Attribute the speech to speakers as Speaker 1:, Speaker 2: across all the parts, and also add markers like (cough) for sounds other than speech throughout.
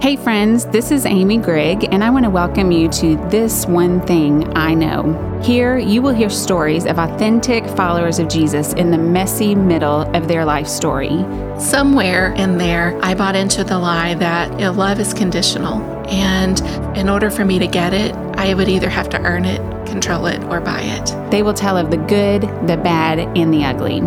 Speaker 1: Hey, friends, this is Amy Grigg, and I want to welcome you to This One Thing I Know. Here, you will hear stories of authentic followers of Jesus in the messy middle of their life story.
Speaker 2: Somewhere in there, I bought into the lie that you know, love is conditional. And in order for me to get it, I would either have to earn it, control it, or buy it.
Speaker 1: They will tell of the good, the bad, and the ugly.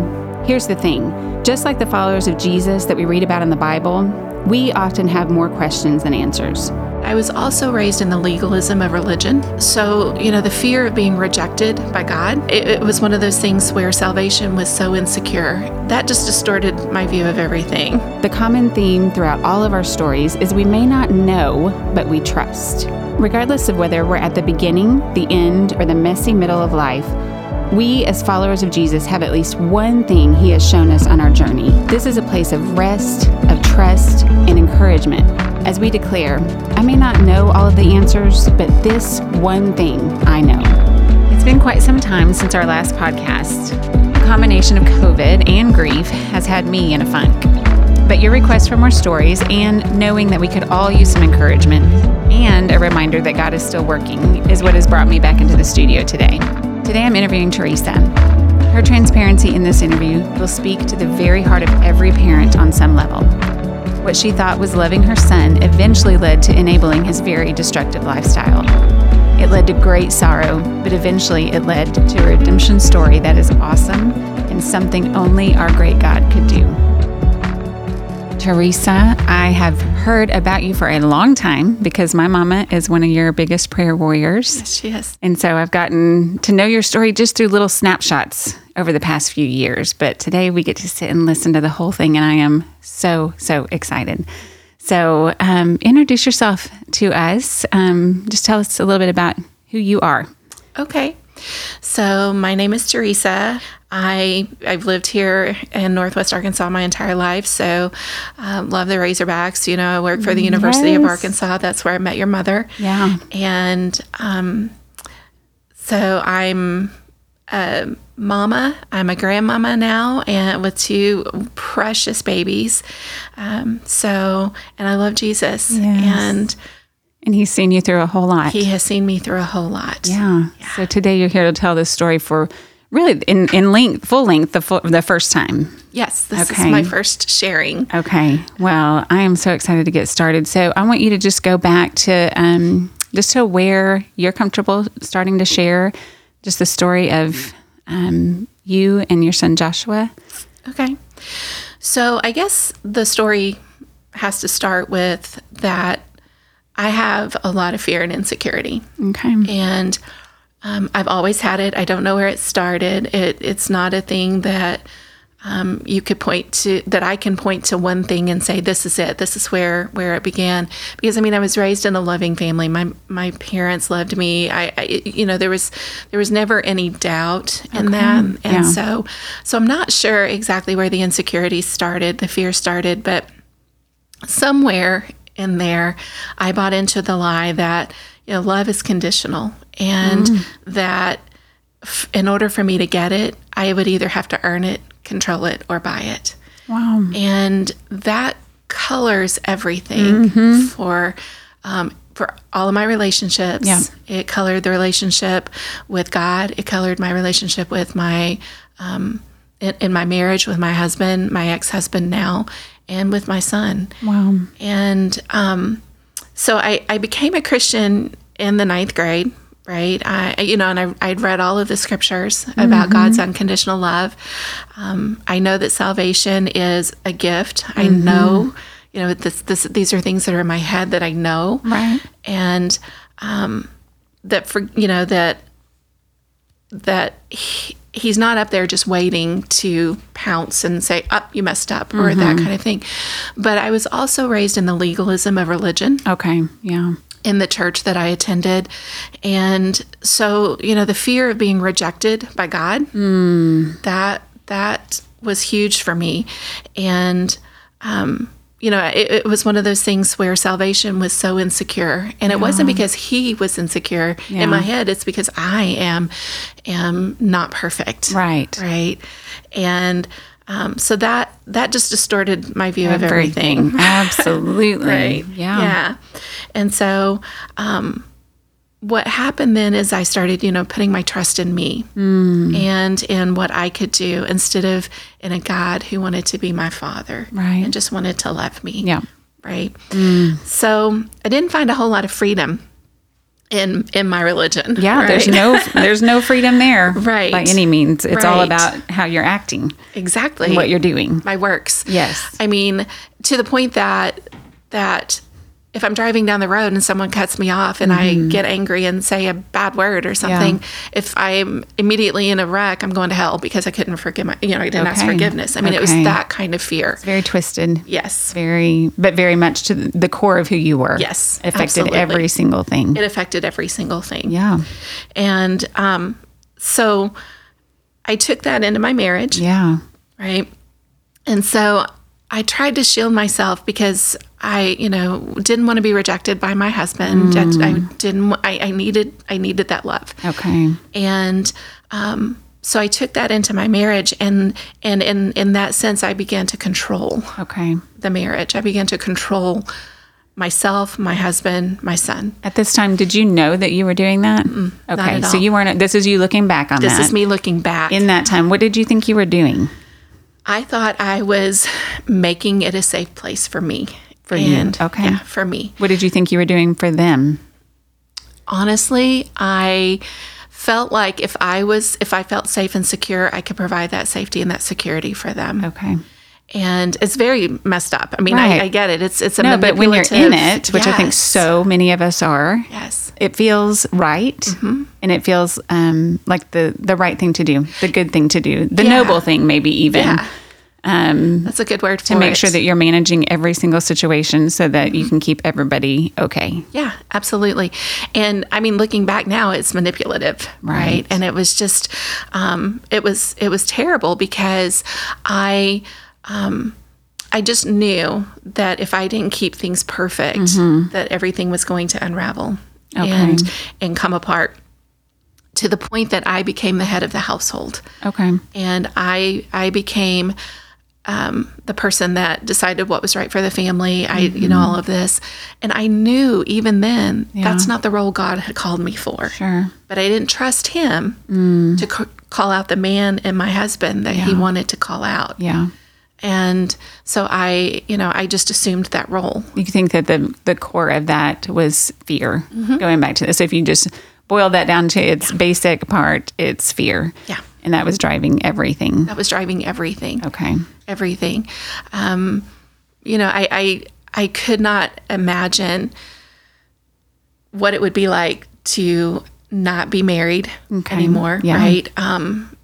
Speaker 1: Here's the thing just like the followers of Jesus that we read about in the Bible, we often have more questions than answers.
Speaker 2: I was also raised in the legalism of religion. So, you know, the fear of being rejected by God, it, it, was one of those things where salvation was so insecure. That just distorted my view of everything. (laughs)
Speaker 1: The common theme throughout all of our stories is we may not know, but we trust. Regardless of whether we're at the beginning, the end, or the messy middle of life, we, as followers of Jesus, have at least one thing He has shown us on our journey. This is a place of rest, of trust, and encouragement as we declare, I may not know all of the answers, but this one thing I know. It's been quite some time since our last podcast. A combination of COVID and grief has had me in a funk. But your request for more stories and knowing that we could all use some encouragement and a reminder that God is still working is what has brought me back into the studio today. Today I'm interviewing Teresa. Her transparency in this interview will speak to the very heart of every parent on some level. What she thought was loving her son eventually led to enabling his very destructive lifestyle. It led to great sorrow, but eventually it led to a redemption story that is awesome and something only our great God could do. Teresa, I have heard about you for a long time because my mama is one of your biggest prayer warriors.
Speaker 2: Yes, she is.
Speaker 1: And so I've gotten to know your story just through little snapshots over the past few years. But today we get to sit and listen to the whole thing, and I am so, so excited. So um, introduce yourself to us. Um, just tell us a little bit about who you are.
Speaker 2: Okay. So my name is Teresa. I I've lived here in Northwest Arkansas my entire life, so um, love the Razorbacks. You know, I work for the University yes. of Arkansas. That's where I met your mother.
Speaker 1: Yeah,
Speaker 2: and um, so I'm a mama. I'm a grandmama now, and with two precious babies. Um, so, and I love Jesus, yes. and.
Speaker 1: And he's seen you through a whole lot.
Speaker 2: He has seen me through a whole lot.
Speaker 1: Yeah. yeah. So today you're here to tell this story for really in, in length, full length, the full, the first time.
Speaker 2: Yes, this okay. is my first sharing.
Speaker 1: Okay. Well, I am so excited to get started. So I want you to just go back to um, just to where you're comfortable starting to share just the story of um, you and your son Joshua.
Speaker 2: Okay. So I guess the story has to start with that I have a lot of fear and insecurity.
Speaker 1: Okay.
Speaker 2: And um, I've always had it. I don't know where it started. It, it's not a thing that um, you could point to that I can point to one thing and say this is it. This is where where it began. Because I mean, I was raised in a loving family. My my parents loved me. I, I you know there was there was never any doubt in okay. them. And yeah. so so I'm not sure exactly where the insecurity started, the fear started, but somewhere in there, I bought into the lie that you know love is conditional and mm. that f- in order for me to get it, I would either have to earn it, control it, or buy it.
Speaker 1: Wow!
Speaker 2: And that colors everything mm-hmm. for um, for all of my relationships.
Speaker 1: Yeah.
Speaker 2: It colored the relationship with God. It colored my relationship with my um, in, in my marriage with my husband, my ex husband now, and with my son.
Speaker 1: Wow.
Speaker 2: And um, so I, I became a Christian in the ninth grade, right? I, you know, and I, I'd read all of the scriptures mm-hmm. about God's unconditional love. Um, I know that salvation is a gift. Mm-hmm. I know, you know, this, this, these are things that are in my head that I know.
Speaker 1: Right.
Speaker 2: And um, that for, you know, that, that he, he's not up there just waiting to pounce and say, up, oh, you messed up, or mm-hmm. that kind of thing. But I was also raised in the legalism of religion.
Speaker 1: Okay. Yeah.
Speaker 2: In the church that I attended. And so, you know, the fear of being rejected by God, Hmm.
Speaker 1: mm.
Speaker 2: that, that was huge for me. And, um, you know, it, it, was one of those things where salvation was so insecure, and it yeah. wasn't because he was insecure yeah. in my head. It's because I am, am not perfect.
Speaker 1: Right.
Speaker 2: Right. And Um, so that that just distorted my view of everything.
Speaker 1: Everything. (laughs) Absolutely.
Speaker 2: Right.
Speaker 1: Mm-hmm. Yeah.
Speaker 2: Yeah. And so um, what happened then is I started, you know, putting my trust in me
Speaker 1: Mm.
Speaker 2: and in what I could do instead of in a God who wanted to be my father
Speaker 1: Right.
Speaker 2: and just wanted to love me.
Speaker 1: Yeah. Mm.
Speaker 2: Right. So I didn't find a whole lot of freedom in in my religion.
Speaker 1: Yeah, there's
Speaker 2: right?
Speaker 1: no there's no freedom there,
Speaker 2: Right.
Speaker 1: By any means, it's all
Speaker 2: Right.
Speaker 1: about how you're acting,
Speaker 2: (laughs) exactly
Speaker 1: what you're doing.
Speaker 2: my works.
Speaker 1: Yes.
Speaker 2: I mean, to the point that that if I'm driving down the road and someone cuts me off and
Speaker 1: Mm-hmm.
Speaker 2: I get angry and say a bad word or something, if I'm immediately in a wreck, I'm going to hell because I couldn't forgive my, you know, I didn't ask
Speaker 1: Okay.
Speaker 2: forgiveness. I mean, it was
Speaker 1: Okay.
Speaker 2: that kind of fear.
Speaker 1: Very twisted.
Speaker 2: Yes.
Speaker 1: Very, but very much to the core of who you were.
Speaker 2: Yes,
Speaker 1: affected
Speaker 2: absolutely.
Speaker 1: every single thing.
Speaker 2: It affected every single thing.
Speaker 1: yeah,
Speaker 2: And um, so I took that into my marriage.
Speaker 1: yeah,
Speaker 2: right? And so I tried to shield myself because I, you know, didn't want to be rejected by my husband.
Speaker 1: Mm.
Speaker 2: I, I didn't. wa- I, I needed. I needed that love,
Speaker 1: okay,
Speaker 2: and um, so I took that into my marriage, and and in in that sense, I began to control
Speaker 1: okay.
Speaker 2: the marriage. I began to control myself, my husband, my son.
Speaker 1: At this time, did you know that you were doing that? okay,
Speaker 2: Mm, at
Speaker 1: so
Speaker 2: all.
Speaker 1: you weren't. This is you looking back on
Speaker 2: This
Speaker 1: that.
Speaker 2: is me looking back.
Speaker 1: In that time, what did you think you were doing?
Speaker 2: I thought I was making it a safe place for me. For
Speaker 1: you.
Speaker 2: and,
Speaker 1: Okay.
Speaker 2: Yeah, for me.
Speaker 1: What did you think you were doing for them?
Speaker 2: honestly, I felt like if I was if I felt safe and secure, I could provide that safety and that security for them.
Speaker 1: Okay.
Speaker 2: And it's very messed up. I mean,
Speaker 1: Right.
Speaker 2: I, I get it. It's it's a
Speaker 1: No, but when you're in
Speaker 2: manipulative-
Speaker 1: it, which I think
Speaker 2: Yes.
Speaker 1: so many of us are,
Speaker 2: Yes.
Speaker 1: it feels right
Speaker 2: Mm-hmm.
Speaker 1: and it feels um, like the the right thing to do the good thing to do the
Speaker 2: Yeah.
Speaker 1: noble thing maybe even
Speaker 2: Yeah.
Speaker 1: um,
Speaker 2: That's a good word for
Speaker 1: to make
Speaker 2: it.
Speaker 1: sure that you're managing every single situation so that you can keep everybody okay
Speaker 2: Yeah, absolutely. And I mean, looking back now, it's manipulative, right?
Speaker 1: Right.
Speaker 2: And it was just, um, it was it was terrible because I, um, I just knew that if I didn't keep things perfect, that everything was going to unravel and and come apart to the point that I became the head of the household
Speaker 1: okay
Speaker 2: and I I became um, the person that decided what was right for the family. I you know all of this, and I knew even then that's not the role God had called me for.
Speaker 1: sure
Speaker 2: But I didn't trust Him to c- call out the man and my husband that He wanted to call out,
Speaker 1: yeah
Speaker 2: and so I you know I just assumed that role.
Speaker 1: you think that the the core of that was fear going back to this if you just boil that down to its basic part it's fear
Speaker 2: Yeah.
Speaker 1: and that was driving everything
Speaker 2: That was driving everything.
Speaker 1: okay
Speaker 2: everything. Um, you know, I, I I could not imagine what it would be like to not be married anymore,
Speaker 1: Yeah.
Speaker 2: right? Um,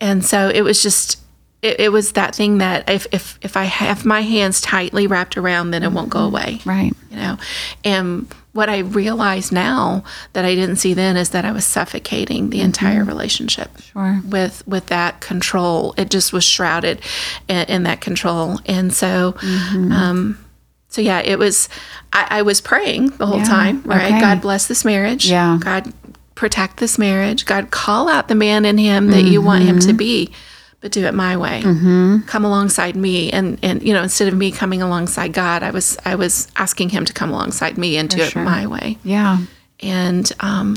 Speaker 2: and so it was just it, it was that thing that if if if I have my hands tightly wrapped around, then it won't go away,
Speaker 1: right
Speaker 2: you know. And what I realize now that I didn't see then is that I was suffocating the entire relationship
Speaker 1: sure
Speaker 2: with with that control. It just was shrouded in, in that control, and so,
Speaker 1: Mm-hmm.
Speaker 2: um, so yeah, it was. I, I was praying the whole
Speaker 1: Yeah,
Speaker 2: time, right?
Speaker 1: okay.
Speaker 2: God bless this marriage.
Speaker 1: Yeah.
Speaker 2: God protect this marriage. God call out the man in him that you want him
Speaker 1: Mm-hmm.
Speaker 2: to be, but do it my way. Come alongside me, and and you know, instead of me coming alongside God, I was I was asking Him to come alongside me and do
Speaker 1: sure.
Speaker 2: it my way
Speaker 1: yeah
Speaker 2: and um,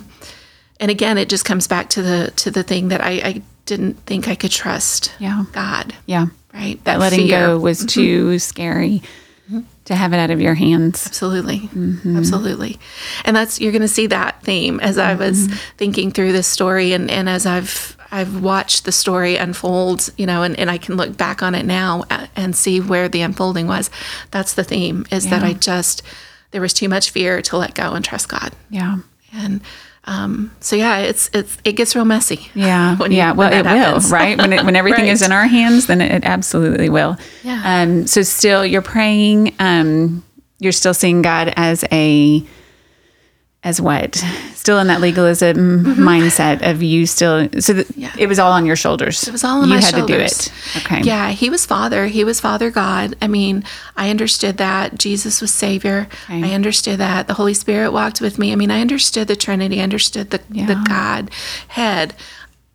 Speaker 2: and again, it just comes back to the to the thing that I, I didn't think I could trust
Speaker 1: Yeah.
Speaker 2: God,
Speaker 1: yeah
Speaker 2: right?
Speaker 1: that letting go was too scary to have it out of your hands.
Speaker 2: absolutely,
Speaker 1: Mm-hmm.
Speaker 2: absolutely, and that's you're going to see that theme as I was
Speaker 1: Mm-hmm.
Speaker 2: thinking through this story, and and as I've I've watched the story unfold, you know, and, and I can look back on it now a- and see where the unfolding was. That's the theme is that I just there was too much fear to let go and trust God.
Speaker 1: Yeah.
Speaker 2: and um, so yeah, it's it's it gets real messy. (laughs)
Speaker 1: Yeah.
Speaker 2: when you-
Speaker 1: yeah. Well,
Speaker 2: when
Speaker 1: it
Speaker 2: that happens.
Speaker 1: will, right? When, it,
Speaker 2: (laughs)
Speaker 1: when everything is
Speaker 2: Right.
Speaker 1: in our hands, then it, it absolutely will.
Speaker 2: Yeah.
Speaker 1: Um, so still you're praying, um, you're still seeing God as a, as what? Still in that legalism
Speaker 2: Mm-hmm.
Speaker 1: mindset of you still, so th- it was all on your shoulders. It
Speaker 2: was all on
Speaker 1: you
Speaker 2: my
Speaker 1: had
Speaker 2: shoulders.
Speaker 1: to do it. Okay.
Speaker 2: Yeah, he was Father. He was Father God. I mean, I understood that Jesus was Savior.
Speaker 1: Okay.
Speaker 2: I understood that the Holy Spirit walked with me. I mean, I understood the Trinity. I understood the the God head,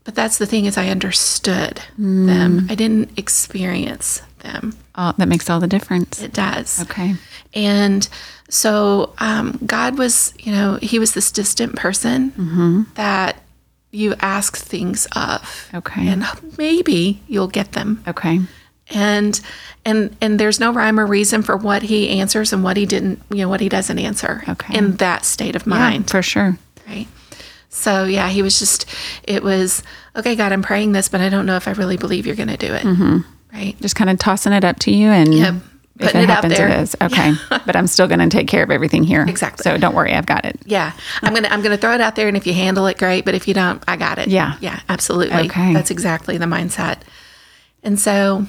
Speaker 2: But that's the thing is I understood
Speaker 1: Mm.
Speaker 2: them. I didn't experience them.
Speaker 1: Oh, that makes all the difference.
Speaker 2: It does.
Speaker 1: Okay.
Speaker 2: And so um, God was, you know, he was this distant person that you ask things of.
Speaker 1: Okay.
Speaker 2: And maybe you'll get them.
Speaker 1: Okay.
Speaker 2: And and and there's no rhyme or reason for what he answers and what he didn't, you know, what he doesn't answer
Speaker 1: Okay.
Speaker 2: in that state of mind.
Speaker 1: For sure.
Speaker 2: Right. So yeah, he was just it was, okay, God, I'm praying this, but I don't know if I really believe you're gonna do it. Right.
Speaker 1: Just kind of tossing it up to you and
Speaker 2: Yep.
Speaker 1: if
Speaker 2: Putting
Speaker 1: it
Speaker 2: it out
Speaker 1: happens, it
Speaker 2: there.
Speaker 1: is.
Speaker 2: (laughs)
Speaker 1: Okay. but I'm still going to take care of everything here.
Speaker 2: Exactly.
Speaker 1: So don't worry. I've got it.
Speaker 2: Yeah. I'm going to I'm going to throw it out there and if you handle it great, but if you don't, I got it.
Speaker 1: Yeah.
Speaker 2: Yeah, absolutely.
Speaker 1: Okay.
Speaker 2: That's exactly the mindset. And so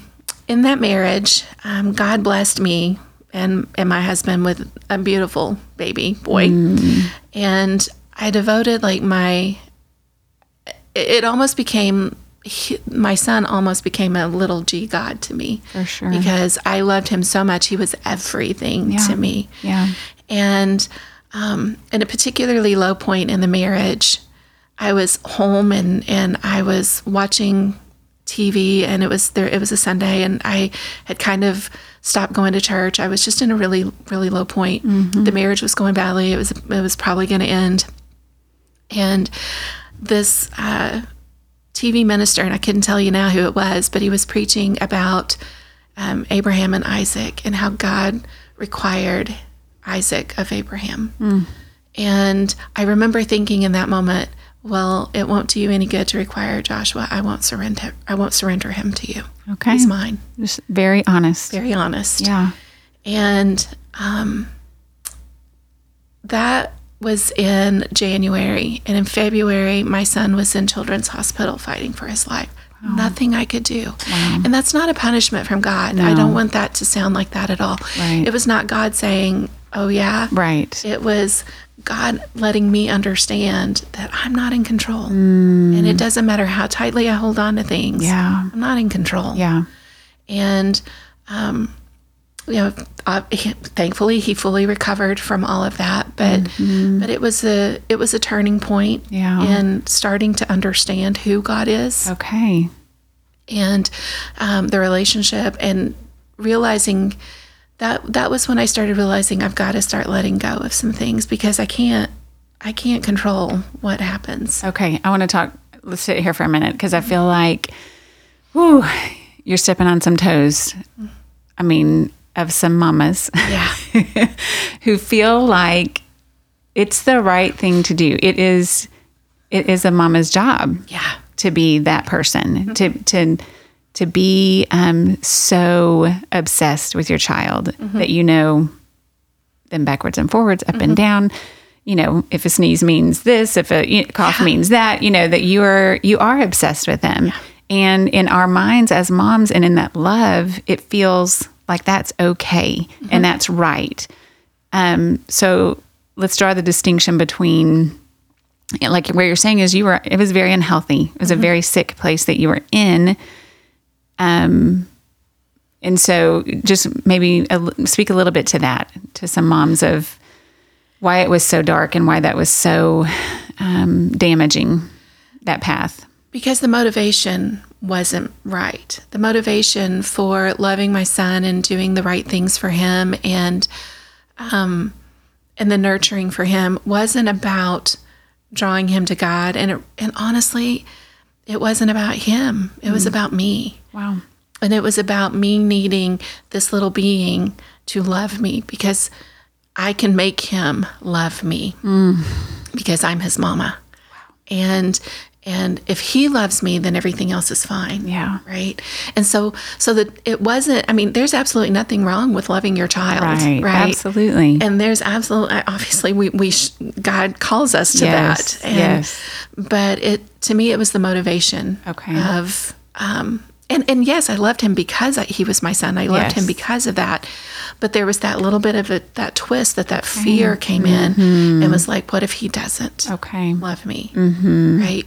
Speaker 2: in that marriage, um, God blessed me and and my husband with a beautiful baby boy.
Speaker 1: Mm.
Speaker 2: And I devoted like my it- it almost became he- my son almost became a little g god to me
Speaker 1: For sure.
Speaker 2: because I loved him so much he was everything
Speaker 1: Yeah.
Speaker 2: to me
Speaker 1: Yeah.
Speaker 2: and um, at a particularly low point in the marriage, I was home and and I was watching TV, and it was there. It was a Sunday, and I had kind of stopped going to church. I was just in a really really low point. The marriage was going badly. It was it was probably going to end, and this. Uh, TV minister, and I couldn't tell you now who it was, but he was preaching about um, Abraham and Isaac and how God required Isaac of Abraham. And I remember thinking in that moment, well, it won't do you any good to require Joshua. I won't surrender. I won't surrender him to you.
Speaker 1: Okay.
Speaker 2: He's mine.
Speaker 1: Just very honest.
Speaker 2: Very honest.
Speaker 1: Yeah.
Speaker 2: And um, that was in January. And in February, my son was in Children's Hospital fighting for his life. Nothing I could do. And that's not a punishment from God. I don't want that to sound like that at all.
Speaker 1: Right.
Speaker 2: It was not God saying, oh, yeah.
Speaker 1: Right.
Speaker 2: It was God letting me understand that I'm not in control. And it doesn't matter how tightly I hold on to things.
Speaker 1: Mm. Yeah.
Speaker 2: I'm not in control
Speaker 1: Yeah.
Speaker 2: and um, you know, uh, he- thankfully he fully recovered from all of that. But but it was a it was a turning point
Speaker 1: Yeah.
Speaker 2: in starting to understand who God is
Speaker 1: Okay.
Speaker 2: and um, the relationship and realizing that that was when I started realizing I've got to start letting go of some things because I can't I can't control what happens.
Speaker 1: Okay. I want to talk. Let's sit here for a minute because
Speaker 2: Mm-hmm.
Speaker 1: I feel like, whew, you're stepping on some toes. I mean, of some mamas
Speaker 2: Yeah.
Speaker 1: (laughs) who feel like it's the right thing to do. It is, it is a mama's job
Speaker 2: Yeah.
Speaker 1: to be that person to to to be um, so obsessed with your child that you know them backwards and forwards, up and down. You know, if a sneeze means this, if a you know, cough means that, you know that you are you are obsessed with them. And in our minds as moms, and in that love, it feels like that's okay and that's right. Um, so let's draw the distinction between yeah, like where you're saying is you were it was very unhealthy it was a very sick place that you were in um and so just maybe a, li- speak a little bit to that to some moms of why it was so dark and why that was so um, damaging that path
Speaker 2: Because the motivation wasn't right. The motivation for loving my son and doing the right things for him and um and the nurturing for him wasn't about drawing him to God and it, and honestly it wasn't about him. It was about me.
Speaker 1: wow
Speaker 2: And it was about me needing this little being to love me because I can make him love me
Speaker 1: Mm.
Speaker 2: because I'm his mama. And and if he loves me, then everything else is fine.
Speaker 1: Yeah.
Speaker 2: Right. And so so that it wasn't I mean, there's absolutely nothing wrong with loving your child.
Speaker 1: right, absolutely
Speaker 2: And there's absolutely obviously we we sh- God calls us to
Speaker 1: Yes,
Speaker 2: that. And,
Speaker 1: yes.
Speaker 2: But it to me it was the motivation
Speaker 1: Okay.
Speaker 2: of um and and yes, I loved him because I, he was my son. I loved him
Speaker 1: Yes.
Speaker 2: because of that. But there was that little bit of a, that twist that that fear came
Speaker 1: Mm-hmm.
Speaker 2: in and was like, what if he doesn't?
Speaker 1: okay
Speaker 2: love me right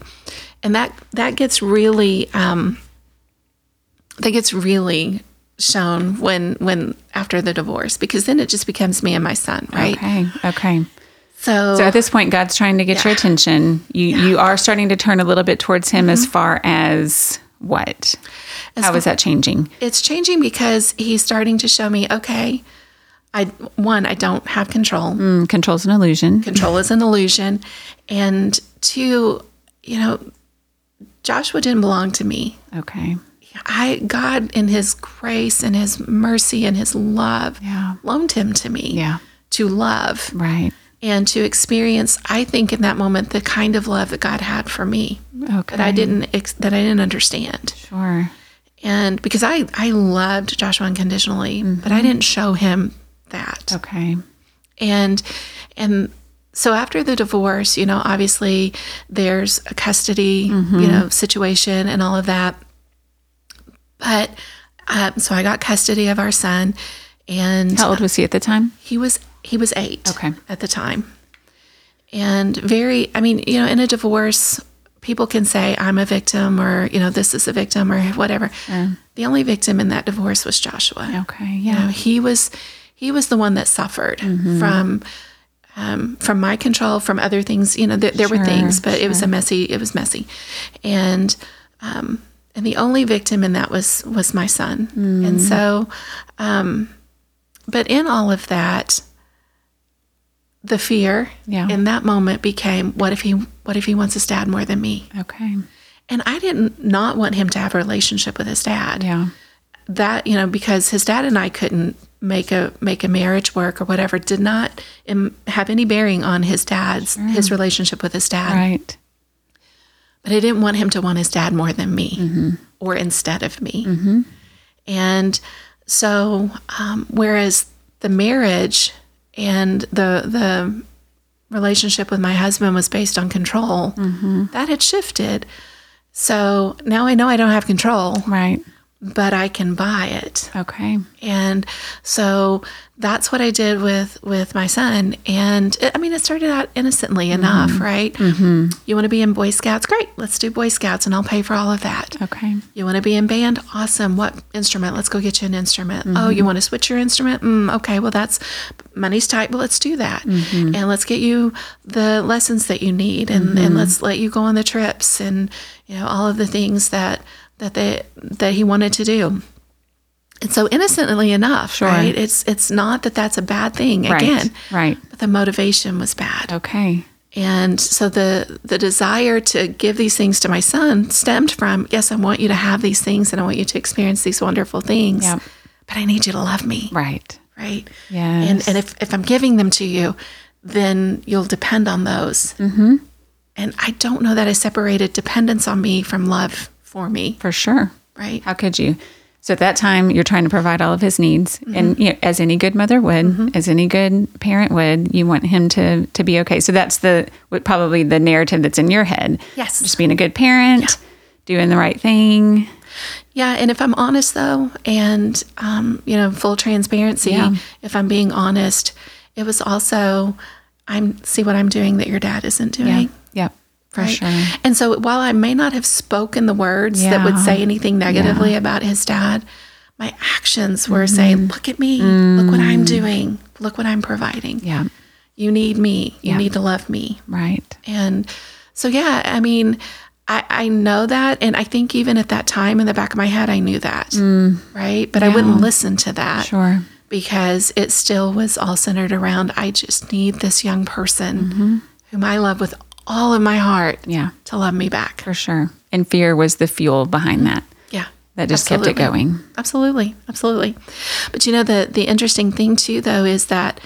Speaker 2: and that that gets really um that gets really shown when when after the divorce because then it just becomes me and my son right
Speaker 1: okay okay
Speaker 2: So,
Speaker 1: So at this point, God's trying to get your attention. You you are starting to turn a little bit towards Him as far as what? How is that changing?
Speaker 2: it's changing because he's starting to show me okay i one i don't have control
Speaker 1: Mm, control's an illusion.
Speaker 2: control is an illusion and two you know joshua didn't belong to me
Speaker 1: Okay.
Speaker 2: i god in his grace and his mercy and his love
Speaker 1: Yeah.
Speaker 2: loaned him to me
Speaker 1: Yeah.
Speaker 2: to love
Speaker 1: Right.
Speaker 2: and to experience i think in that moment the kind of love that god had for me
Speaker 1: Okay.
Speaker 2: that i didn't ex- that i didn't understand
Speaker 1: Sure.
Speaker 2: and because I I loved Joshua unconditionally, but
Speaker 1: Mm-hmm.
Speaker 2: I didn't show him that.
Speaker 1: Okay.
Speaker 2: And and so after the divorce, you know, obviously there's a custody,
Speaker 1: Mm-hmm.
Speaker 2: you know, situation and all of that. But um, so I got custody of our son, and
Speaker 1: How old was he at the time?
Speaker 2: he was he was eight
Speaker 1: Okay.
Speaker 2: at the time, and very. I mean, you know, in a divorce, people can say I'm a victim, or you know, this is a victim, or whatever. The only victim in that divorce was Joshua.
Speaker 1: Okay.
Speaker 2: You know,
Speaker 1: Yeah.
Speaker 2: Uh, he was he was the one that suffered
Speaker 1: Mm-hmm.
Speaker 2: from um, from my control, from other things. You know, th- there were
Speaker 1: Sure,
Speaker 2: things, but it was a messy. It was messy, and um, and the only victim in that was was my son.
Speaker 1: Mm.
Speaker 2: And so, um, but in all of that, the fear
Speaker 1: Yeah.
Speaker 2: in that moment became, what if he what if he wants his dad more than me?
Speaker 1: Okay.
Speaker 2: And I didn't not want him to have a relationship with his dad
Speaker 1: Yeah.
Speaker 2: that you know because his dad and I couldn't make a make a marriage work or whatever did not um, have any bearing on his dad's his relationship with his dad
Speaker 1: Right.
Speaker 2: but I didn't want him to want his dad more than me or instead of me and so um, whereas the marriage and the the relationship with my husband was based on control that had shifted so now I know I don't have control
Speaker 1: Right.
Speaker 2: but I can buy it
Speaker 1: Okay.
Speaker 2: and so that's what I did with with my son. And it, I mean, it started out innocently enough, right? Mm-hmm. You want to be in Boy Scouts? Great, let's do Boy Scouts, and I'll pay for all of that.
Speaker 1: Okay.
Speaker 2: You want to be in band? Awesome. What instrument? Let's go get you an instrument. Oh, you want to switch your instrument? Mm, okay, well, that's money's tight, but let's do that. And let's get you the lessons that you need and, and let's let you go on the trips and, you know, all of the things that, that they, that he wanted to do. And so innocently enough, right? It's, it's not that that's a bad thing
Speaker 1: Right.
Speaker 2: again,
Speaker 1: Right.
Speaker 2: but the motivation was bad.
Speaker 1: Okay.
Speaker 2: And so the the desire to give these things to my son stemmed from, yes, I want you to have these things and I want you to experience these wonderful things.
Speaker 1: Yep.
Speaker 2: But I need you to love me,
Speaker 1: Right.
Speaker 2: right?
Speaker 1: Yes.
Speaker 2: And and if, if I'm giving them to you, then you'll depend on those. Mm-hmm. And I don't know that I separated dependence on me from love for me,
Speaker 1: For sure.
Speaker 2: right?
Speaker 1: How could you? So at that time, you're trying to provide all of his needs, and
Speaker 2: Mm-hmm.
Speaker 1: you know, as any good mother would, as any good parent would, you want him to to be okay. So that's the what probably the narrative that's in your head.
Speaker 2: Yes.
Speaker 1: just being a good parent, doing the right thing.
Speaker 2: Yeah, and if I'm honest though, and um, you know, full transparency,
Speaker 1: Yeah.
Speaker 2: if I'm being honest, it was also I'm see what I'm doing that your dad isn't doing.
Speaker 1: Yep, for
Speaker 2: right?
Speaker 1: sure.
Speaker 2: And so while I may not have spoken the words that would
Speaker 1: Yeah.
Speaker 2: say anything negatively about his dad, my actions were
Speaker 1: Mm-hmm.
Speaker 2: saying, Look at me, look what I'm doing, look what I'm providing.
Speaker 1: Mm. Yeah,
Speaker 2: You need me, you
Speaker 1: Yeah.
Speaker 2: need to love me.
Speaker 1: right.
Speaker 2: And so, yeah, I mean, I, I know that. And I think even at that time in the back of my head, I knew that. Right. But I wouldn't listen to that
Speaker 1: Mm. Sure.
Speaker 2: because it still was all centered around I just need this young person whom I love with all of my heart
Speaker 1: Mm-hmm. Yeah,
Speaker 2: to love me back.
Speaker 1: for sure. And fear was the fuel behind that.
Speaker 2: Yeah.
Speaker 1: That just kept it
Speaker 2: Absolutely.
Speaker 1: going.
Speaker 2: Absolutely. Absolutely. But you know, the, the interesting thing too, though, is that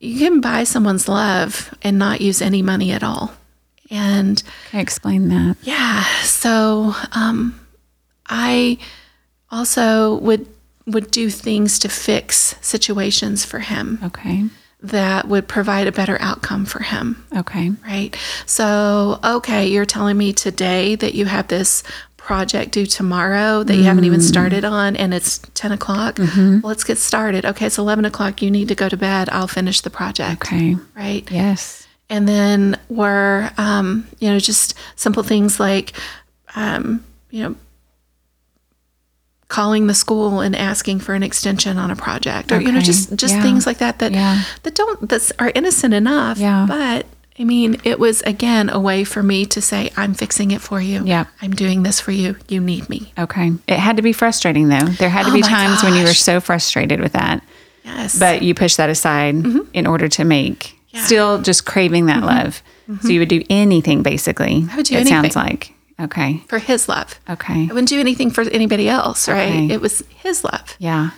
Speaker 2: you can buy someone's love and not use any money at all. And
Speaker 1: Can I explain that?
Speaker 2: Yeah. So um, I also would would do things to fix situations for him
Speaker 1: Okay.
Speaker 2: that would provide a better outcome for him.
Speaker 1: Okay.
Speaker 2: Right. So okay, you're telling me today that you have this project due tomorrow that you haven't even started on and it's 10 o'clock Well, let's get started okay it's 11 o'clock you need to go to bed i'll finish the project
Speaker 1: Okay.
Speaker 2: right
Speaker 1: Yes.
Speaker 2: and then were um, you know just simple things like um, you know calling the school and asking for an extension on a project or you know
Speaker 1: Okay.
Speaker 2: just just
Speaker 1: Yeah.
Speaker 2: things like that that
Speaker 1: Yeah.
Speaker 2: that don't that are innocent enough
Speaker 1: Yeah.
Speaker 2: but i mean it was again a way for me to say i'm fixing it for you
Speaker 1: Yep.
Speaker 2: i'm doing this for you you need me
Speaker 1: Okay. It had to be frustrating though. There had to
Speaker 2: Oh
Speaker 1: be
Speaker 2: my
Speaker 1: times when you were
Speaker 2: gosh.
Speaker 1: so frustrated with that,
Speaker 2: yes
Speaker 1: but you pushed that aside in order to make
Speaker 2: Mm-hmm. Yeah. Mm-hmm.
Speaker 1: still just craving that love. So you would do anything basically. I
Speaker 2: would do
Speaker 1: it sounds
Speaker 2: anything.
Speaker 1: like. Okay.
Speaker 2: for his love
Speaker 1: Okay.
Speaker 2: i wouldn't do anything for anybody else right
Speaker 1: Okay.
Speaker 2: it was his love
Speaker 1: Yeah,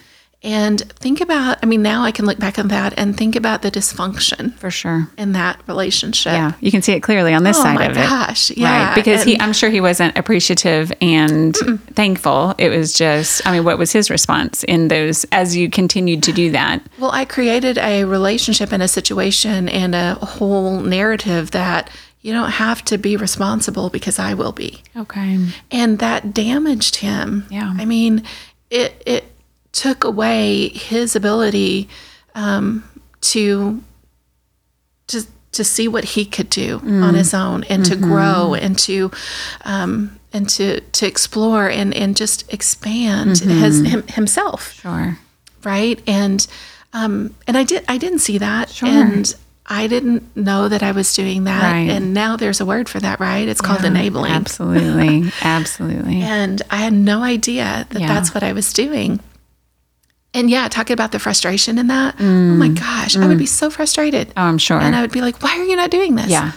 Speaker 2: and think about i mean now i can look back on that and think about the dysfunction
Speaker 1: for sure.
Speaker 2: in that relationship
Speaker 1: Yeah. You can see it clearly on this
Speaker 2: Uh, oh
Speaker 1: side
Speaker 2: my
Speaker 1: of it.
Speaker 2: gosh yeah
Speaker 1: right. Because he
Speaker 2: And-
Speaker 1: I'm sure he wasn't appreciative and thankful. It was just I mean, what was his response in those as you continued to do that?
Speaker 2: Well, I created a relationship and a situation and a whole narrative that you don't have to be responsible because I will be.
Speaker 1: Okay.
Speaker 2: And that damaged him.
Speaker 1: Yeah.
Speaker 2: I mean, it it took away his ability um, to to to see what he could do
Speaker 1: Mm.
Speaker 2: on his own and to
Speaker 1: Mm-hmm.
Speaker 2: grow and to um, and to to explore and and just expand
Speaker 1: Mm-hmm.
Speaker 2: his him, himself
Speaker 1: Sure.
Speaker 2: right and um and i did i didn't see that and i didn't know that i was doing that
Speaker 1: Right.
Speaker 2: and now there's a word for that right it's called enabling (laughs)
Speaker 1: Absolutely. Absolutely.
Speaker 2: and i had no idea that
Speaker 1: Yeah.
Speaker 2: that's what i was doing and yeah talking about the frustration in that
Speaker 1: Mm.
Speaker 2: oh my gosh i would be so frustrated
Speaker 1: Oh, I'm sure.
Speaker 2: and i would be like why are you not doing this
Speaker 1: yeah.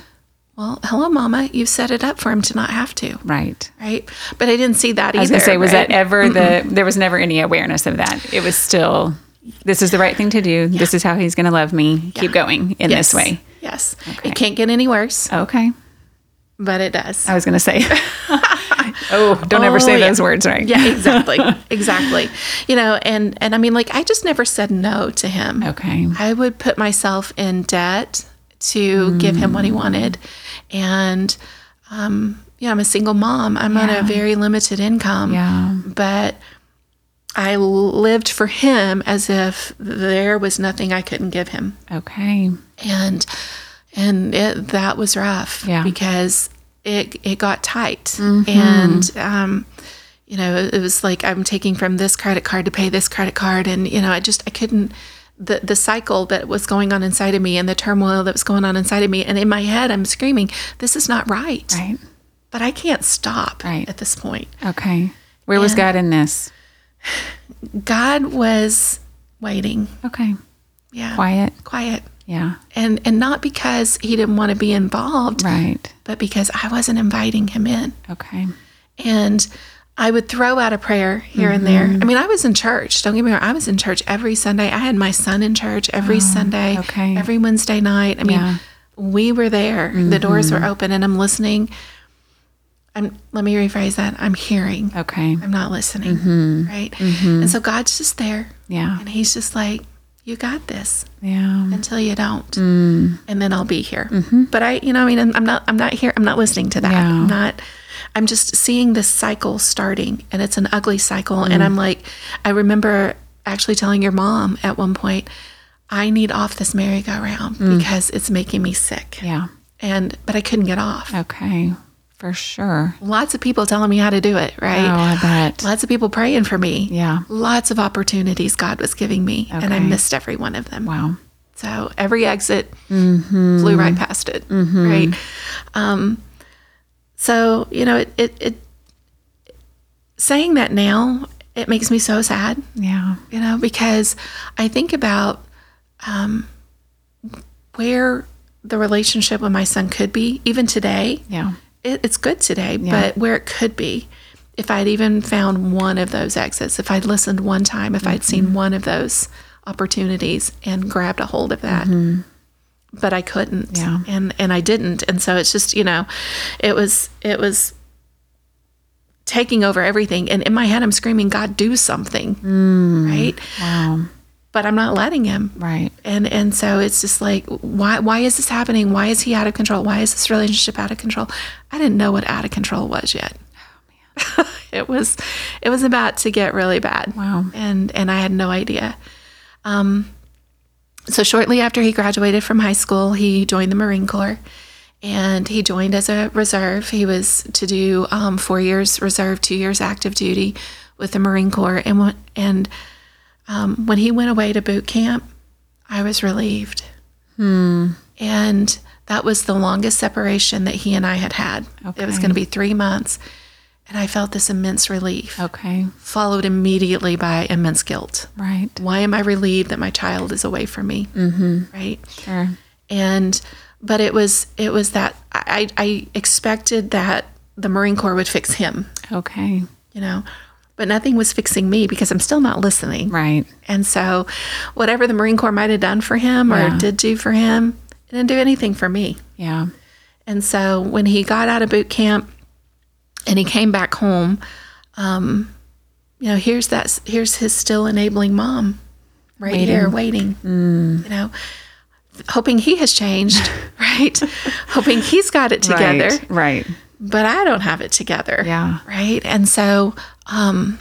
Speaker 2: well hello mama you set it up for him to not have to
Speaker 1: Right.
Speaker 2: right but i didn't see that either
Speaker 1: I was gonna say, was
Speaker 2: right?
Speaker 1: that ever the? There was never any awareness of that. It was still, this is the right thing to do. This is how he's going to love me. Keep going in this
Speaker 2: yes.
Speaker 1: way.
Speaker 2: yes it can't get any worse
Speaker 1: Okay.
Speaker 2: but it does
Speaker 1: I was going to
Speaker 2: (laughs)
Speaker 1: say, oh, don't ever
Speaker 2: Oh,
Speaker 1: say
Speaker 2: yeah.
Speaker 1: those words, right?
Speaker 2: yeah
Speaker 1: (laughs)
Speaker 2: exactly exactly you know and and i mean like i just never said no to him
Speaker 1: Okay.
Speaker 2: i would put myself in debt to give him what he wanted and um you know i'm a single mom i'm on a very limited income
Speaker 1: Yeah.
Speaker 2: but i lived for him as if there was nothing i couldn't give him
Speaker 1: Okay.
Speaker 2: and and it, that was rough
Speaker 1: Yeah. Mm-hmm.
Speaker 2: because it it got tight and um you know it was like i'm taking from this credit card to pay this credit card and you know i just i couldn't the the cycle that was going on inside of me and the turmoil that was going on inside of me and in my head i'm screaming this is not right,
Speaker 1: Right.
Speaker 2: but i can't stop
Speaker 1: Right.
Speaker 2: at this point
Speaker 1: Okay. Where was God in this?
Speaker 2: god was waiting
Speaker 1: Okay.
Speaker 2: yeah
Speaker 1: Quiet.
Speaker 2: quiet
Speaker 1: Yeah.
Speaker 2: and and not because he didn't want to be involved
Speaker 1: Right.
Speaker 2: but because i wasn't inviting him in
Speaker 1: Okay.
Speaker 2: and I would throw out a prayer here and there.
Speaker 1: Mm-hmm.
Speaker 2: I mean, I was in church. Don't get me wrong. I was in church every Sunday. I had my son in church every Sunday,
Speaker 1: Oh, okay.
Speaker 2: every Wednesday night. I mean,
Speaker 1: Yeah. Mm-hmm.
Speaker 2: we were there. The doors were open, and I'm listening. I'm. Let me rephrase that. I'm hearing.
Speaker 1: Okay.
Speaker 2: I'm not listening. Right. And so God's just there,
Speaker 1: Mm-hmm. Yeah.
Speaker 2: and He's just like, "You got this."
Speaker 1: Yeah.
Speaker 2: Until you don't,
Speaker 1: Mm.
Speaker 2: and then I'll be here. But I, you know, I mean, I'm, I'm not. I'm not here. I'm not listening to that.
Speaker 1: Mm-hmm. Yeah.
Speaker 2: I'm not. I'm just seeing this cycle starting, and it's an ugly cycle.
Speaker 1: Mm.
Speaker 2: And I'm like, I remember actually telling your mom at one point, I need off this merry-go-round
Speaker 1: Mm.
Speaker 2: because it's making me sick.
Speaker 1: Yeah.
Speaker 2: And but I couldn't get off.
Speaker 1: Okay. For sure.
Speaker 2: Lots of people telling me how to do it.
Speaker 1: Oh,
Speaker 2: Right.
Speaker 1: I bet.
Speaker 2: Lots of people praying for me.
Speaker 1: Yeah.
Speaker 2: Lots of opportunities God was giving me, and I
Speaker 1: Okay.
Speaker 2: missed every one of them.
Speaker 1: Wow.
Speaker 2: So every exit flew right past it, right? Um, so you know, it, it it saying that now it makes me so sad,
Speaker 1: Yeah.
Speaker 2: you know, because I think about um, where the relationship with my son could be even today.
Speaker 1: Yeah.
Speaker 2: It, it's good today, but where it could be. If I'd even found one of those exits, if I'd listened one time, if I'd seen one of those opportunities and grabbed a hold of that, but I couldn't,
Speaker 1: Yeah.
Speaker 2: and and I didn't, and so it's just you know, it was it was taking over everything, and in my head I'm screaming, God, do something, right?
Speaker 1: Wow.
Speaker 2: But I'm not letting Him,
Speaker 1: Right.
Speaker 2: and and so it's just like why why is this happening why is he out of control why is this relationship out of control i didn't know what out of control was yet (laughs) it was it was about to get really bad
Speaker 1: Wow.
Speaker 2: and and i had no idea um so shortly after he graduated from high school he joined the marine corps and he joined as a reserve he was to do um, four years reserve two years active duty with the Marine Corps. And when, and um, when he went away to boot camp, I was relieved.
Speaker 1: Hmm.
Speaker 2: And that was the longest separation that he and I had had. It was
Speaker 1: Okay.
Speaker 2: going to be three months. And I felt this immense relief,
Speaker 1: Okay.
Speaker 2: followed immediately by immense guilt.
Speaker 1: Right.
Speaker 2: Why am I relieved that my child is away from me? Mm-hmm. Right
Speaker 1: Sure.
Speaker 2: and but it was it was that I I expected that the Marine Corps would fix him,
Speaker 1: Okay.
Speaker 2: you know, but nothing was fixing me because I'm still not listening.
Speaker 1: Right.
Speaker 2: And so, whatever the Marine Corps might have done for him or
Speaker 1: Yeah.
Speaker 2: did do for him, it didn't do anything for me.
Speaker 1: Yeah.
Speaker 2: And so, when he got out of boot camp and he came back home, um, you know, here's that here's his still enabling mom, right here waiting.
Speaker 1: Mm.
Speaker 2: You know, hoping he has changed, (laughs) right? hoping he's got it together,
Speaker 1: Right. Right.
Speaker 2: but I don't have it together.
Speaker 1: Yeah.
Speaker 2: Right. And so um,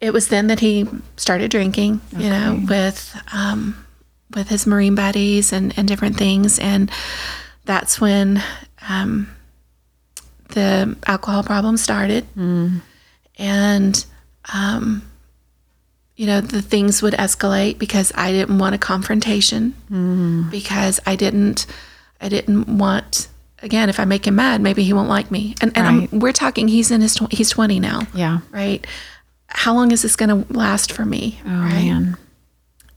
Speaker 2: it was then that he started drinking, you know, with um, with his Marine buddies and, and different things. And that's when um, the alcohol problem started. And, um, you know, the things would escalate because I didn't want a confrontation
Speaker 1: Mm.
Speaker 2: because I didn't I didn't want again if I make him mad maybe he won't like me and, and
Speaker 1: Right.
Speaker 2: I'm, we're talking he's in his tw- he's 20 now
Speaker 1: Yeah.
Speaker 2: right how long is this going to last for me
Speaker 1: Oh man.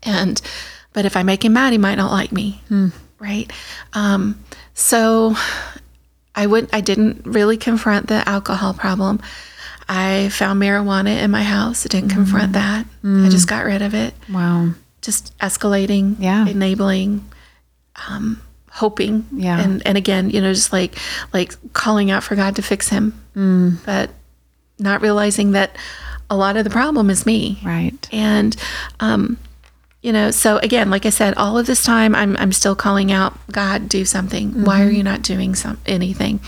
Speaker 2: and but if I make him mad he might not like me
Speaker 1: Hmm.
Speaker 2: right um, so I would I didn't really confront the alcohol problem I found marijuana in my house I didn't
Speaker 1: Mm-hmm.
Speaker 2: confront that
Speaker 1: Hmm.
Speaker 2: I just got rid of it
Speaker 1: Wow.
Speaker 2: just escalating,
Speaker 1: Yeah.
Speaker 2: enabling, um, hoping,
Speaker 1: Yeah.
Speaker 2: and and again, you know, just like like calling out for God to fix him,
Speaker 1: Hmm.
Speaker 2: but not realizing that a lot of the problem is me,
Speaker 1: Right.
Speaker 2: and um, you know, so again, like I said, all of this time, I'm I'm still calling out, God, do something. Why are
Speaker 1: Mm-hmm.
Speaker 2: you not doing some anything?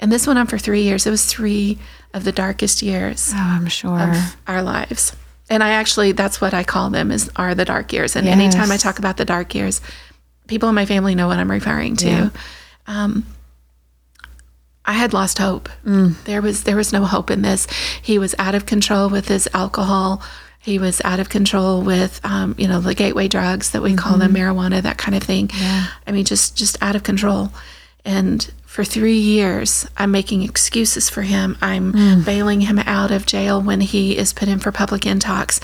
Speaker 2: And this went on for three years. It was three of the darkest years
Speaker 1: Oh, I'm sure.
Speaker 2: of our lives. And I actually, that's what I call them is are the dark years. And anytime I
Speaker 1: Yes.
Speaker 2: talk about the dark years, people in my family know what I'm referring to. Um, I had lost hope. There was there was no hope in this. He was out of control with his alcohol. He was out of control with, um, you know, the gateway drugs that we call them, marijuana, that kind of thing. I mean, just just out of control. And for three years, I'm making excuses for him. I'm bailing him out of jail when he is put in for public intox.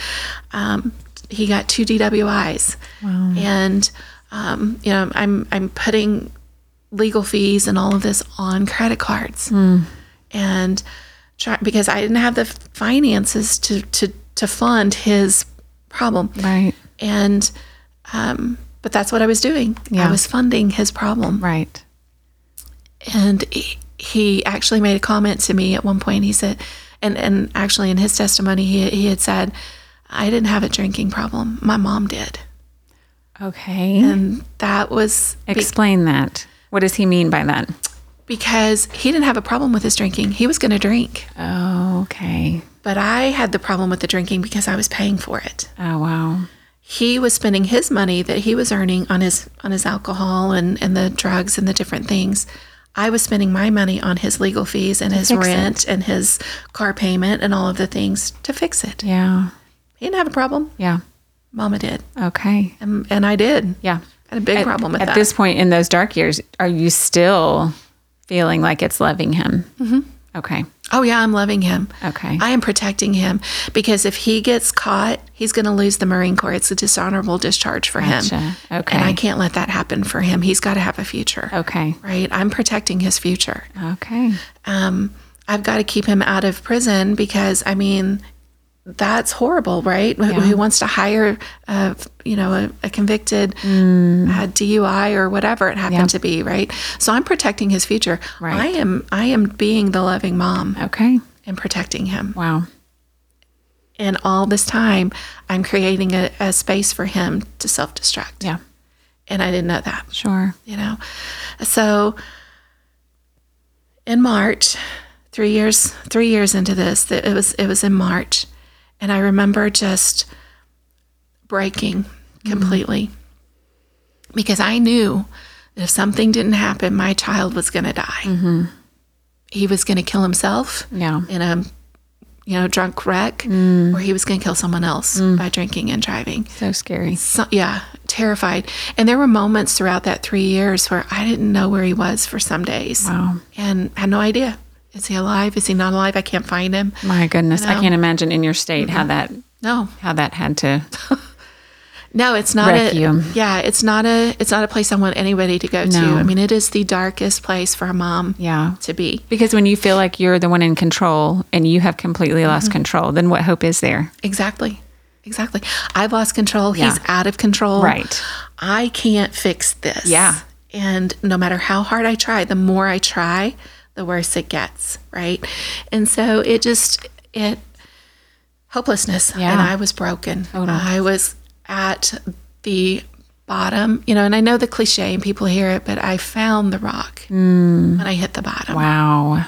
Speaker 2: Um, he got two DWIs, and um, you know, I'm I'm putting legal fees and all of this on credit cards and try because I didn't have the finances to to to fund his problem.
Speaker 1: Right.
Speaker 2: And um, but that's what I was doing.
Speaker 1: Yeah.
Speaker 2: I was funding his problem.
Speaker 1: Right.
Speaker 2: And he, he actually made a comment to me at one point. He said, and and actually in his testimony, he he had said, I didn't have a drinking problem. My mom did.
Speaker 1: Okay.
Speaker 2: And that was be-
Speaker 1: Explain that. What does he mean by that?
Speaker 2: because he didn't have a problem with his drinking. He was going to drink.
Speaker 1: Oh, okay.
Speaker 2: But I had the problem with the drinking because I was paying for it.
Speaker 1: Oh, wow.
Speaker 2: He was spending his money that he was earning on his on his alcohol and, and the drugs and the different things. I was spending my money on his legal fees and his
Speaker 1: fix it.
Speaker 2: rent and his car payment and all of the things to fix it.
Speaker 1: Yeah.
Speaker 2: He didn't have a problem.
Speaker 1: Yeah.
Speaker 2: Mama did.
Speaker 1: Okay.
Speaker 2: And, and I did.
Speaker 1: Yeah.
Speaker 2: I had a big problem with
Speaker 1: At
Speaker 2: that.
Speaker 1: this point in those dark years, are you still feeling like it's loving him? Mm-hmm. Okay.
Speaker 2: oh, yeah, I'm loving him.
Speaker 1: Okay.
Speaker 2: I am protecting him because if he gets caught, he's going to lose the Marine Corps. It's a dishonorable discharge for him.
Speaker 1: Gotcha. Okay.
Speaker 2: And I can't let that happen for him. He's got to have a future.
Speaker 1: okay.
Speaker 2: Right? I'm protecting his future.
Speaker 1: Okay.
Speaker 2: Um, I've got to keep him out of prison because, I mean, that's horrible, right? Who, who wants to hire, a, you know, a, a convicted uh, DUI or whatever it happened to be, right? So I'm protecting his future.
Speaker 1: Right.
Speaker 2: I am, I am being the loving mom
Speaker 1: Okay.
Speaker 2: and protecting him.
Speaker 1: Wow.
Speaker 2: And all this time, I'm creating a, a space for him to self destruct.
Speaker 1: Yeah.
Speaker 2: And I didn't know that,
Speaker 1: Sure.
Speaker 2: you know? So in March, three years, three years into this, th- it was, it was in March. And I remember just breaking completely because I knew that if something didn't happen, my
Speaker 1: Mm-hmm.
Speaker 2: child was going to die. He was going to kill himself
Speaker 1: Yeah.
Speaker 2: in a you know, drunk wreck where he was going to kill someone else by drinking and driving.
Speaker 1: So scary.
Speaker 2: So, yeah, terrified. And there were moments throughout that three years where I didn't know where he was for some days
Speaker 1: Wow.
Speaker 2: and had no idea. Is he alive? Is he not alive? I can't find him.
Speaker 1: My goodness, I,
Speaker 2: know.
Speaker 1: can't imagine in your state how that
Speaker 2: No,
Speaker 1: how that had to.
Speaker 2: No, it's not
Speaker 1: Wreck
Speaker 2: a
Speaker 1: you.
Speaker 2: yeah. It's not a it's not a place I want anybody to go to.
Speaker 1: No.
Speaker 2: I mean, it is the darkest place for a mom
Speaker 1: Yeah.
Speaker 2: to be.
Speaker 1: Because when you feel like you're the one in control and you have completely lost control, then what hope is there?
Speaker 2: Exactly, exactly. I've lost control. He's
Speaker 1: Yeah.
Speaker 2: out of control.
Speaker 1: Right.
Speaker 2: I can't fix this.
Speaker 1: Yeah.
Speaker 2: And no matter how hard I try, the more I try, the worse it gets. Right. And so it just it hopelessness.
Speaker 1: Yeah. Oh,
Speaker 2: And I was broken. I was at the bottom, you know, and I know the cliche and people hear it, but I found the rock
Speaker 1: Mm.
Speaker 2: when I hit the bottom.
Speaker 1: Wow.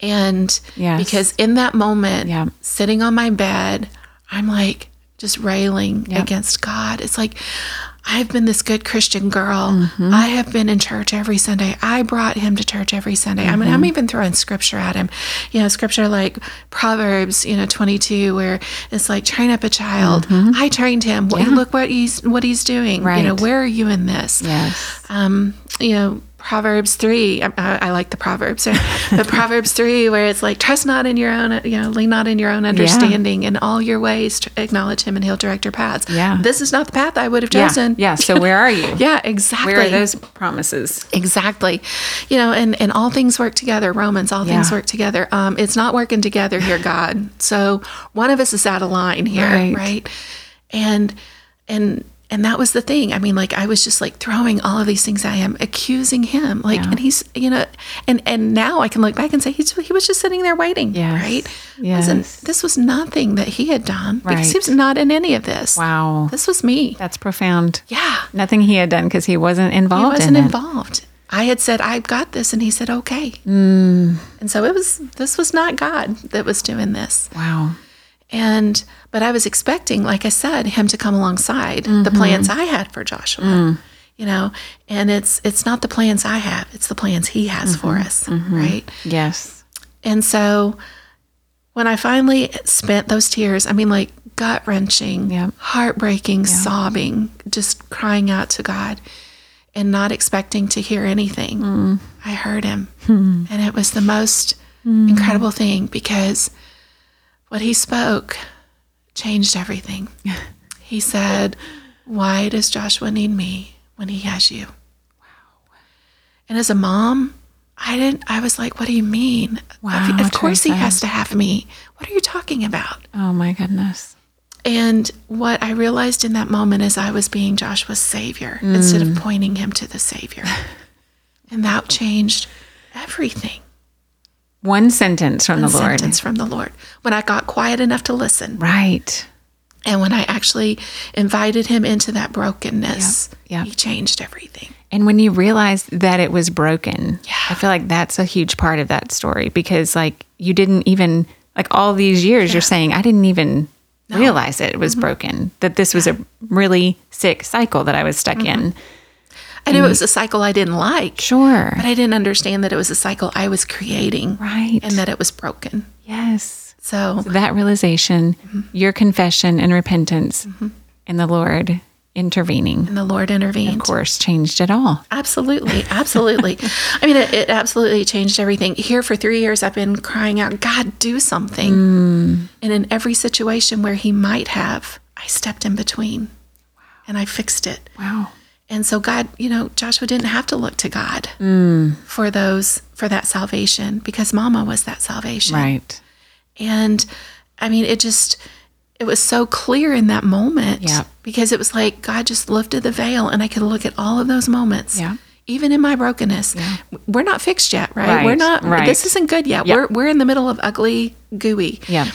Speaker 2: And
Speaker 1: Yes.
Speaker 2: because in that moment,
Speaker 1: Yeah.
Speaker 2: sitting on my bed, I'm like just railing
Speaker 1: Yeah.
Speaker 2: against God. It's like, I've been this good Christian girl.
Speaker 1: Mm-hmm.
Speaker 2: I have been in church every Sunday. I brought him to church every Sunday. I mean, I'm
Speaker 1: Mm-hmm.
Speaker 2: even throwing scripture at him. You know, scripture like Proverbs, you know, 22, where it's like, train up a child. I trained him. Wh- Look what he's what he's doing. You know,
Speaker 1: Mm-hmm. Right.
Speaker 2: where are you in this?
Speaker 1: Yes.
Speaker 2: um, you know, Proverbs three. I, I I like the Proverbs, (laughs) but Proverbs three, where it's like, trust not in your own, you know, lean not in your own understanding, in all your ways tr- acknowledge Him, and He'll direct your paths.
Speaker 1: Yeah.
Speaker 2: this is not the path I would have
Speaker 1: Yeah.
Speaker 2: chosen.
Speaker 1: (laughs) yeah. So where are you?
Speaker 2: yeah, exactly.
Speaker 1: Where are those promises?
Speaker 2: Exactly, you know, and and all things work together. Romans, all things
Speaker 1: Yeah.
Speaker 2: work together. Um, it's not working together here, God. So one of us is out of line here,
Speaker 1: Right.
Speaker 2: right? And and and that was the thing. I mean, like I was just like throwing all of these things at him, accusing him, like, and he's, you know, and and now I can look back and say he's he was just sitting there waiting,
Speaker 1: Yes.
Speaker 2: right? Wasn't-
Speaker 1: Yes.
Speaker 2: this was nothing that he had done because
Speaker 1: Right.
Speaker 2: he was not in any of this.
Speaker 1: Wow.
Speaker 2: this was me.
Speaker 1: That's profound.
Speaker 2: Yeah.
Speaker 1: Nothing he had done because he wasn't involved.
Speaker 2: He wasn't
Speaker 1: in it.
Speaker 2: involved. I had said, I've got this. And he said, okay. And so it was, this was not God that was doing this.
Speaker 1: Wow.
Speaker 2: And, but I was expecting, like I said, him to come alongside the plans I had for Joshua, you know, and it's, it's not the plans I have, it's the plans he has for us, right?
Speaker 1: Yes.
Speaker 2: And so when I finally spent those tears, I mean, like gut wrenching,
Speaker 1: Yeah.
Speaker 2: heartbreaking, sobbing, just crying out to God and not expecting to hear anything,
Speaker 1: Mm.
Speaker 2: I heard him.
Speaker 1: Hmm.
Speaker 2: And it was the most incredible thing because what he spoke
Speaker 1: (laughs)
Speaker 2: changed everything. he said, Why does Joshua need me when he has you? And as a mom, I didn't, I was like, what do you mean? Of-
Speaker 1: Wow,
Speaker 2: of course he
Speaker 1: Teresa.
Speaker 2: has to have me. What are you talking about?
Speaker 1: Oh my goodness.
Speaker 2: And what I realized in that moment is I was being Joshua's savior
Speaker 1: Mm.
Speaker 2: instead of pointing him to
Speaker 1: (laughs)
Speaker 2: the savior. and that changed everything.
Speaker 1: One sentence from
Speaker 2: The
Speaker 1: the Lord.
Speaker 2: sentence from the Lord. When I got quiet enough to listen
Speaker 1: Right.
Speaker 2: and when I actually invited him into that brokenness,
Speaker 1: Yeah, yeah.
Speaker 2: he changed everything.
Speaker 1: And when you realized that it was broken, I feel like that's a huge part of that story because, like, you didn't even, like, all these years you're saying, I didn't even realize it
Speaker 2: Mm-hmm.
Speaker 1: was broken, that this was a really sick cycle that I was stuck
Speaker 2: Mm-hmm.
Speaker 1: in.
Speaker 2: I
Speaker 1: Mm-hmm.
Speaker 2: knew it was a cycle I didn't like.
Speaker 1: Sure.
Speaker 2: But I didn't understand that it was a cycle I was creating.
Speaker 1: Right.
Speaker 2: And that it was broken.
Speaker 1: yes.
Speaker 2: So,
Speaker 1: That realization,
Speaker 2: Mm-hmm.
Speaker 1: your confession and repentance, and the Lord intervening,
Speaker 2: and the Lord
Speaker 1: of
Speaker 2: intervened.
Speaker 1: course, changed it all. (laughs)
Speaker 2: Absolutely. Absolutely. I mean, it, it absolutely changed everything. Here for three years, I've been crying out, God, do something.
Speaker 1: Mm.
Speaker 2: And in every situation where He might have, I stepped in between and I fixed it.
Speaker 1: Wow.
Speaker 2: And so God, you know, Joshua didn't have to look to God for those, for that salvation because mama was that salvation.
Speaker 1: Right.
Speaker 2: And I mean, it just, it was so clear in that moment
Speaker 1: Yeah.
Speaker 2: because it was like God just lifted the veil and I could look at all of those moments.
Speaker 1: Yeah.
Speaker 2: Even in my brokenness, we're not fixed yet, right?
Speaker 1: Right,
Speaker 2: We're not,
Speaker 1: right.
Speaker 2: this isn't good yet.
Speaker 1: Yeah.
Speaker 2: We're, we're in the middle of ugly, gooey.
Speaker 1: Yeah.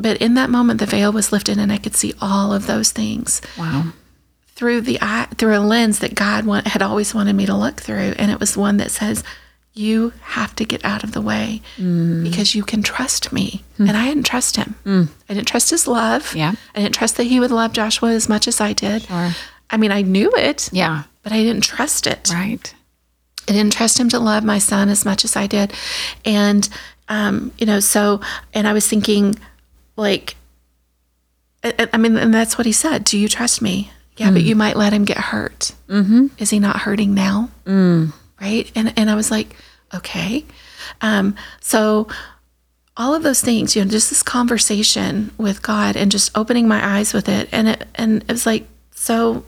Speaker 2: But in that moment, the veil was lifted and I could see all of those things
Speaker 1: Wow.
Speaker 2: through the eye, through a lens that God want, had always wanted me to look through, and it was one that says, "You have to get out of the way
Speaker 1: Mm.
Speaker 2: because you can trust me." And I didn't trust him. I didn't trust his love.
Speaker 1: Hmm. Yeah.
Speaker 2: I didn't trust that he would love Joshua as much as I did.
Speaker 1: Sure.
Speaker 2: I mean, I knew it,
Speaker 1: Yeah.
Speaker 2: but I didn't trust it.
Speaker 1: Right.
Speaker 2: I didn't trust him to love my son as much as I did. And, um, you know, so, and I was thinking, like I I mean, and that's what he said. Do you trust me? Yeah, but you might let him get hurt. Mm. Mm-hmm. Is he not hurting now? Mm. Right? And and I was like, okay. Um, so all of those things, you know, just this conversation with God and just opening my eyes with it, and it and it was like, so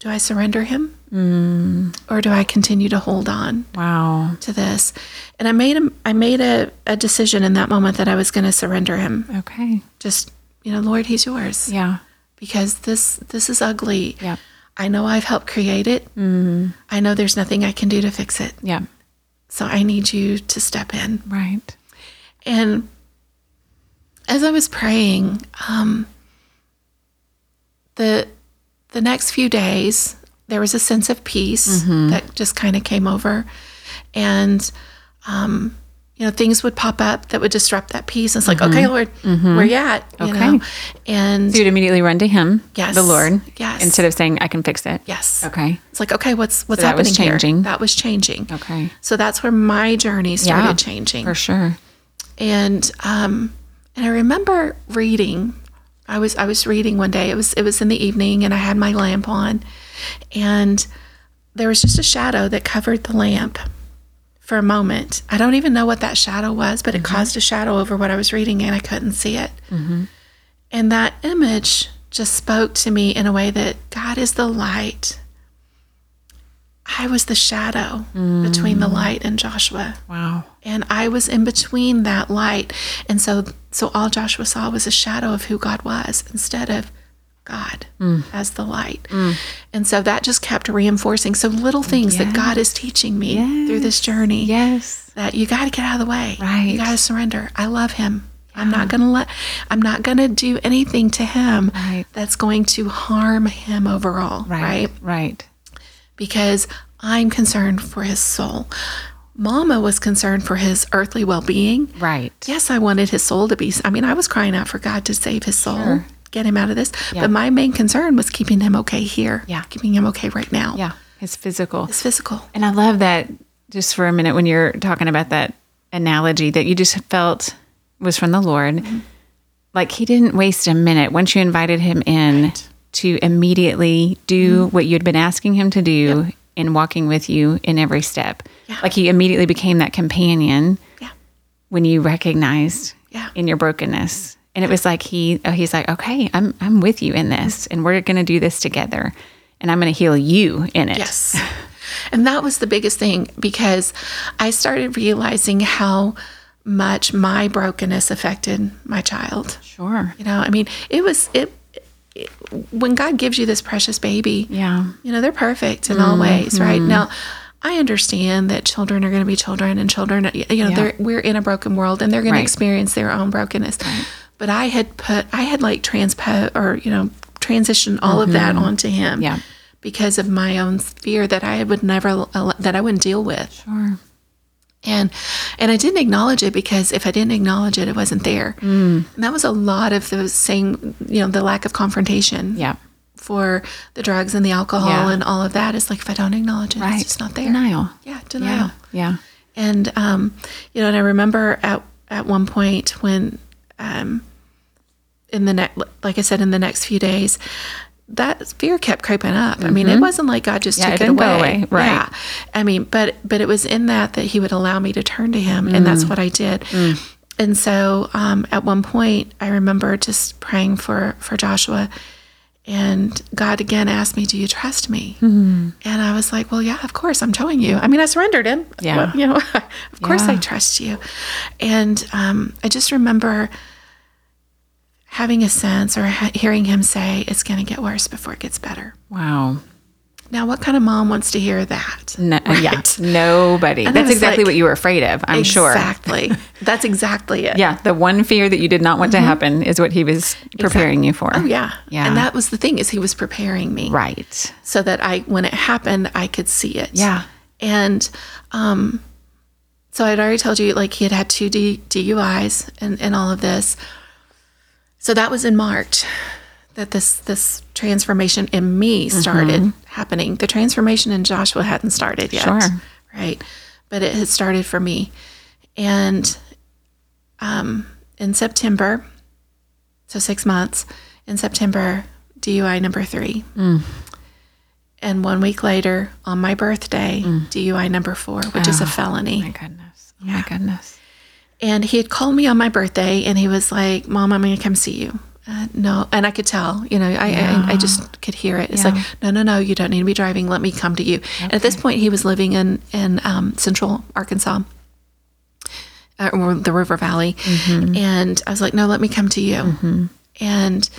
Speaker 2: do I surrender him, mm. or do I continue to hold on?
Speaker 1: Wow.
Speaker 2: to this and i made a i made a, a decision in that moment that i was going to surrender him
Speaker 1: Okay.
Speaker 2: just you know lord he's yours
Speaker 1: Yeah.
Speaker 2: because this this is ugly
Speaker 1: Yeah.
Speaker 2: i know i've helped create it mm. i know there's nothing i can do to fix it
Speaker 1: Yeah.
Speaker 2: so i need you to step in
Speaker 1: Right.
Speaker 2: and as i was praying um the the next few days there was a sense of peace
Speaker 1: Mm-hmm.
Speaker 2: that just kind of came over and um you know things would pop up that would disrupt that peace it's like okay lord where you at you
Speaker 1: Mm-hmm. Okay.
Speaker 2: know and
Speaker 1: So you'd immediately run to him,
Speaker 2: Yes.
Speaker 1: the Lord,
Speaker 2: Yes.
Speaker 1: instead of saying, I can fix it.
Speaker 2: yes
Speaker 1: Okay.
Speaker 2: it's like okay what's what's
Speaker 1: that was
Speaker 2: happening here?
Speaker 1: changing.
Speaker 2: that was changing
Speaker 1: Okay.
Speaker 2: so that's where my journey started
Speaker 1: Yeah,
Speaker 2: changing
Speaker 1: For sure.
Speaker 2: and um, and I remember reading. I was I was reading one day. It was it was in the evening, and I had my lamp on, and there was just a shadow that covered the lamp for a moment. I don't even know what that shadow was, but it caused a shadow over what I was reading, and I couldn't see it. And that image just spoke to me in a way that God is the light. I was the shadow between the light and Joshua
Speaker 1: Wow.
Speaker 2: and I was in between that light. And so so all Joshua saw was a shadow of who God was instead of God
Speaker 1: Mm.
Speaker 2: as the light. And so that just kept reinforcing. So little things that God is teaching me through this journey
Speaker 1: Yes.
Speaker 2: that you got to get out of the way.
Speaker 1: Right.
Speaker 2: You got to surrender. I love him. I'm not going to let I'm not going to do anything to him
Speaker 1: Right.
Speaker 2: that's going to harm him overall,
Speaker 1: Right.
Speaker 2: right?
Speaker 1: Right.
Speaker 2: because I'm concerned for his soul. Mama was concerned for his earthly well being.
Speaker 1: Right.
Speaker 2: Yes, I wanted his soul to be. I mean, I was crying out for God to save his soul, get him out of this. But my main concern was keeping him okay here.
Speaker 1: Yeah.
Speaker 2: Keeping him okay right now.
Speaker 1: Yeah. His physical.
Speaker 2: It's physical.
Speaker 1: And I love that just for a minute when you're talking about that analogy that you just felt was from the Lord.
Speaker 2: Mm-hmm.
Speaker 1: Like he didn't waste a minute once you invited him in to immediately do
Speaker 2: Mm-hmm.
Speaker 1: what you'd been asking him to do in walking with you in every step.
Speaker 2: Yeah.
Speaker 1: Like he immediately became that companion
Speaker 2: Yeah.
Speaker 1: when you recognized
Speaker 2: Yeah.
Speaker 1: in your brokenness. And it was like he oh he's like, Okay, I'm I'm with you in
Speaker 2: Mm-hmm.
Speaker 1: this and we're gonna do this together and I'm gonna heal you in it.
Speaker 2: Yes. (laughs) and that was the biggest thing because I started realizing how much my brokenness affected my child.
Speaker 1: Sure.
Speaker 2: You know, I mean, it was it, it when God gives you this precious baby.
Speaker 1: Yeah.
Speaker 2: You know, they're perfect in
Speaker 1: Mm-hmm.
Speaker 2: all ways, right? Now, I understand that children are going to be children and children, you know, they're, we're in a broken world and they're going
Speaker 1: Right.
Speaker 2: to experience their own brokenness. But I had put, I had like transpo or, you know, transitioned all of that onto him
Speaker 1: Mm-hmm. Yeah.
Speaker 2: because of my own fear that I would never, al- that I wouldn't deal with
Speaker 1: Sure.
Speaker 2: and and I didn't acknowledge it because if I didn't acknowledge it, it wasn't there. Mm. And that was a lot of the same, you know, the lack of confrontation.
Speaker 1: Yeah.
Speaker 2: For the drugs and the alcohol
Speaker 1: Yeah.
Speaker 2: and all of that, it's like if I don't acknowledge it,
Speaker 1: Right.
Speaker 2: it's just not there.
Speaker 1: Denial.
Speaker 2: Yeah, denial.
Speaker 1: Yeah.
Speaker 2: And um, you know, and I remember at at one point when um, in the next, like I said, in the next few days, that fear kept creeping up. I mean, it wasn't like God just
Speaker 1: Mm-hmm. Yeah,
Speaker 2: took
Speaker 1: it
Speaker 2: it,
Speaker 1: didn't
Speaker 2: away.
Speaker 1: go away, right.
Speaker 2: Yeah. I mean, but but it was in that that He would allow me to turn to Him, and
Speaker 1: Mm.
Speaker 2: that's what I did. And so, um, at one point, I remember just praying for for Joshua, and God again asked me, "Do you trust me?"
Speaker 1: Mm-hmm.
Speaker 2: And I was like, "Well, yeah, of course, I'm showing you. I mean, I surrendered him.
Speaker 1: Yeah.
Speaker 2: Well, you know, (laughs) of course, I trust you." And um, I just remember having a sense or ha- hearing him say, "It's going to get worse before it gets better."
Speaker 1: Wow.
Speaker 2: Now, what kind of mom wants to hear that?
Speaker 1: No, Yeah.
Speaker 2: Right?
Speaker 1: Nobody.
Speaker 2: I
Speaker 1: That's
Speaker 2: was
Speaker 1: exactly
Speaker 2: like-
Speaker 1: what you were afraid of, I'm sure. (laughs)
Speaker 2: Exactly. That's exactly it.
Speaker 1: Yeah. The one fear that you did not want to happen is what he was preparing you for.
Speaker 2: Mm-hmm. Oh, yeah.
Speaker 1: Yeah.
Speaker 2: And that was the thing is he was preparing me.
Speaker 1: Right.
Speaker 2: so that I, when it happened, I could see it.
Speaker 1: Yeah.
Speaker 2: And um, so I'd already told you, like, he had had two D- DUIs and, and all of this. So that was in March that this this transformation in me
Speaker 1: Mm-hmm.
Speaker 2: started happening. The transformation in Joshua hadn't started yet.
Speaker 1: Sure.
Speaker 2: Right. But it had started for me. And um, in September, so six months in September, DUI number three. And one week later, on my birthday, DUI number four, which is a felony.
Speaker 1: My goodness. Oh my goodness.
Speaker 2: And he had called me on my birthday and he was like, Mom, I'm going to come see you. Uh, no. And I could tell, you know, I, I, I just could hear it. It's like, no, no, no, you don't need to be driving. Let me come to you. And at this point, he was living in, in um, central Arkansas uh, or the River Valley.
Speaker 1: Mm-hmm.
Speaker 2: And I was like, no, let me come to you. And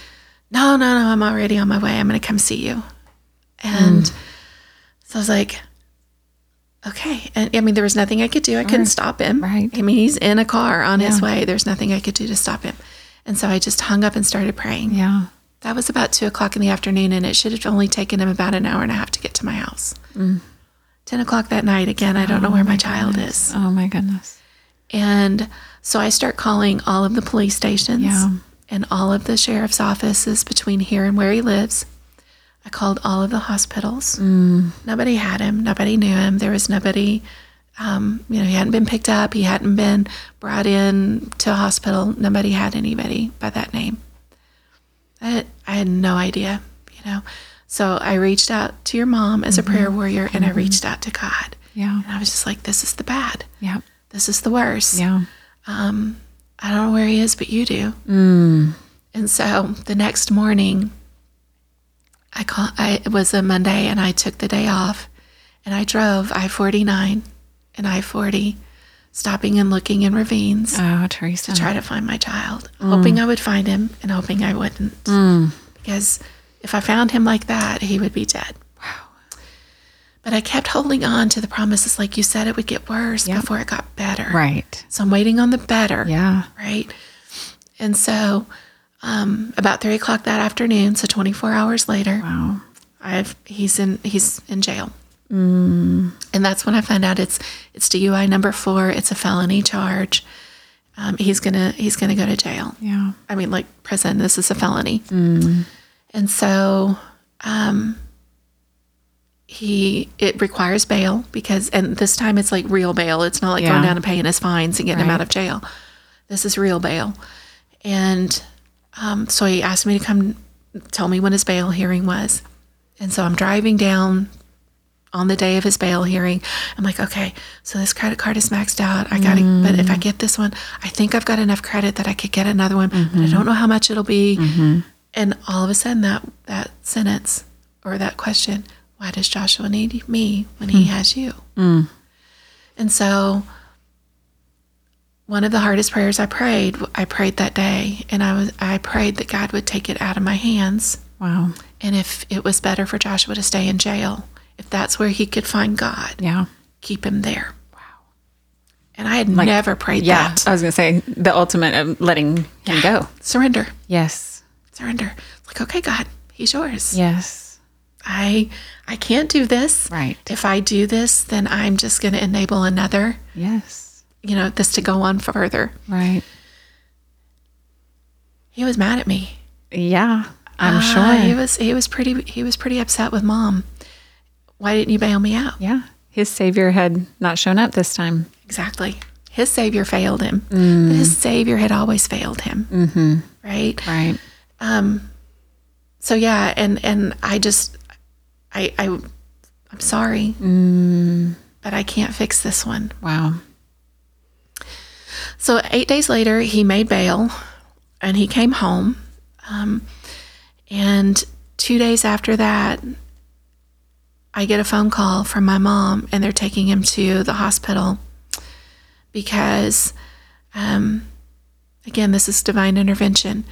Speaker 2: no, no, no, I'm already on my way. I'm going to come see you.
Speaker 1: Mm.
Speaker 2: And so I was like, okay. And I mean, there was nothing I could do. I couldn't stop him.
Speaker 1: Right.
Speaker 2: I mean, he's in a car on his way. There's nothing I could do to stop him. And so I just hung up and started praying.
Speaker 1: Yeah.
Speaker 2: That was about two o'clock in the afternoon, and it should have only taken him about an hour and a half to get to my house. 10 o'clock that night, again, I don't know where my child is.
Speaker 1: Oh my goodness.
Speaker 2: And so I start calling all of the police stations
Speaker 1: Yeah.
Speaker 2: and all of the sheriff's offices between here and where he lives. I called all of the hospitals.
Speaker 1: Mm.
Speaker 2: Nobody had him. Nobody knew him. There was nobody, um, you know, he hadn't been picked up. He hadn't been brought in to a hospital. Nobody had anybody by that name. I had, I had no idea, you know. So I reached out to your mom as a prayer warrior and I reached out to God.
Speaker 1: Mm-hmm. Yeah.
Speaker 2: And I was just like, this is the bad.
Speaker 1: Yeah.
Speaker 2: This is the worst.
Speaker 1: Yeah.
Speaker 2: I don't know where he is, but you do. And so the next morning, I call. I it was a Monday, and I took the day off, and I drove I forty nine and I forty, stopping and looking in ravines
Speaker 1: Oh, Teresa.
Speaker 2: to try to find my child, hoping I would find him and hoping I wouldn't, because if I found him like that, he would be dead. Wow. But I kept holding on to the promises, like you said, it would get worse before it got better.
Speaker 1: Right.
Speaker 2: So I'm waiting on the better
Speaker 1: Yeah.
Speaker 2: right? And so, um, about three o'clock that afternoon, so 24 hours later,
Speaker 1: Wow.
Speaker 2: I've he's in he's in jail, mm. and that's when I found out it's it's DUI number four. It's a felony charge. Um, he's gonna he's gonna go to jail.
Speaker 1: Yeah.
Speaker 2: I mean, like prison. This is a felony. And so, um, he it requires bail because, and this time it's like real bail. It's not like
Speaker 1: Yeah.
Speaker 2: going down and paying his fines and getting him out of jail. This is real bail. And um, so he asked me to come tell me when his bail hearing was. And so I'm driving down on the day of his bail hearing. I'm like, okay, so this credit card is maxed out. I got to but if I get this one, I think I've got enough credit that I could get another one, but I don't know how much it'll be. And all of a sudden, that that sentence or that question, why does Joshua need me when he has you? And so, one of the hardest prayers I prayed, I prayed that day, and I was I prayed that God would take it out of my hands
Speaker 1: Wow.
Speaker 2: and if it was better for Joshua to stay in jail, if that's where he could find God,
Speaker 1: Yeah.
Speaker 2: keep him there. Wow. And I had never prayed
Speaker 1: Yeah.
Speaker 2: that.
Speaker 1: I was going to say the ultimate of letting him go.
Speaker 2: Surrender.
Speaker 1: Yes.
Speaker 2: Surrender. Like, okay, God, he's yours.
Speaker 1: Yes.
Speaker 2: I I can't do this.
Speaker 1: Right.
Speaker 2: If I do this, then I'm just gonna enable another,
Speaker 1: Yes.
Speaker 2: you know, this to go on further.
Speaker 1: Right.
Speaker 2: He was mad at me.
Speaker 1: Yeah. I'm
Speaker 2: Ah,
Speaker 1: sure.
Speaker 2: He was he was pretty he was pretty upset with mom. Why didn't you bail me out?
Speaker 1: yeah. His savior had not shown up this time.
Speaker 2: Exactly. His savior failed him. But his savior had always failed him. Mm-hmm. Right.
Speaker 1: Right.
Speaker 2: So yeah, and and I just, I I, I'm sorry, but I can't fix this one.
Speaker 1: Wow.
Speaker 2: So eight days later, he made bail, and he came home. Um, and two days after that, I get a phone call from my mom, and they're taking him to the hospital because, um, again, this is divine intervention.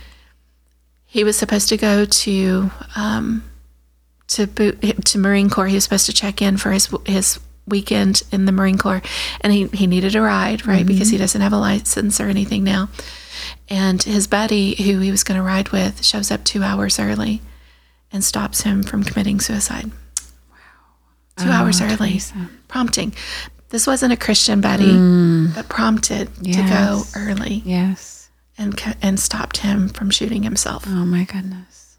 Speaker 2: He was supposed to go to um, to boot, to Marine Corps. He was supposed to check in for his his weekend in the Marine Corps, and he he needed a ride, right? Because he doesn't have a license or anything now. And his buddy, who he was going to ride with, shows up two hours early, and stops him from committing suicide. Wow! Two hours early, prompting. This wasn't a Christian buddy, but prompted
Speaker 1: Yes.
Speaker 2: to go early
Speaker 1: Yes.
Speaker 2: and co- and stopped him from shooting himself.
Speaker 1: Oh my goodness.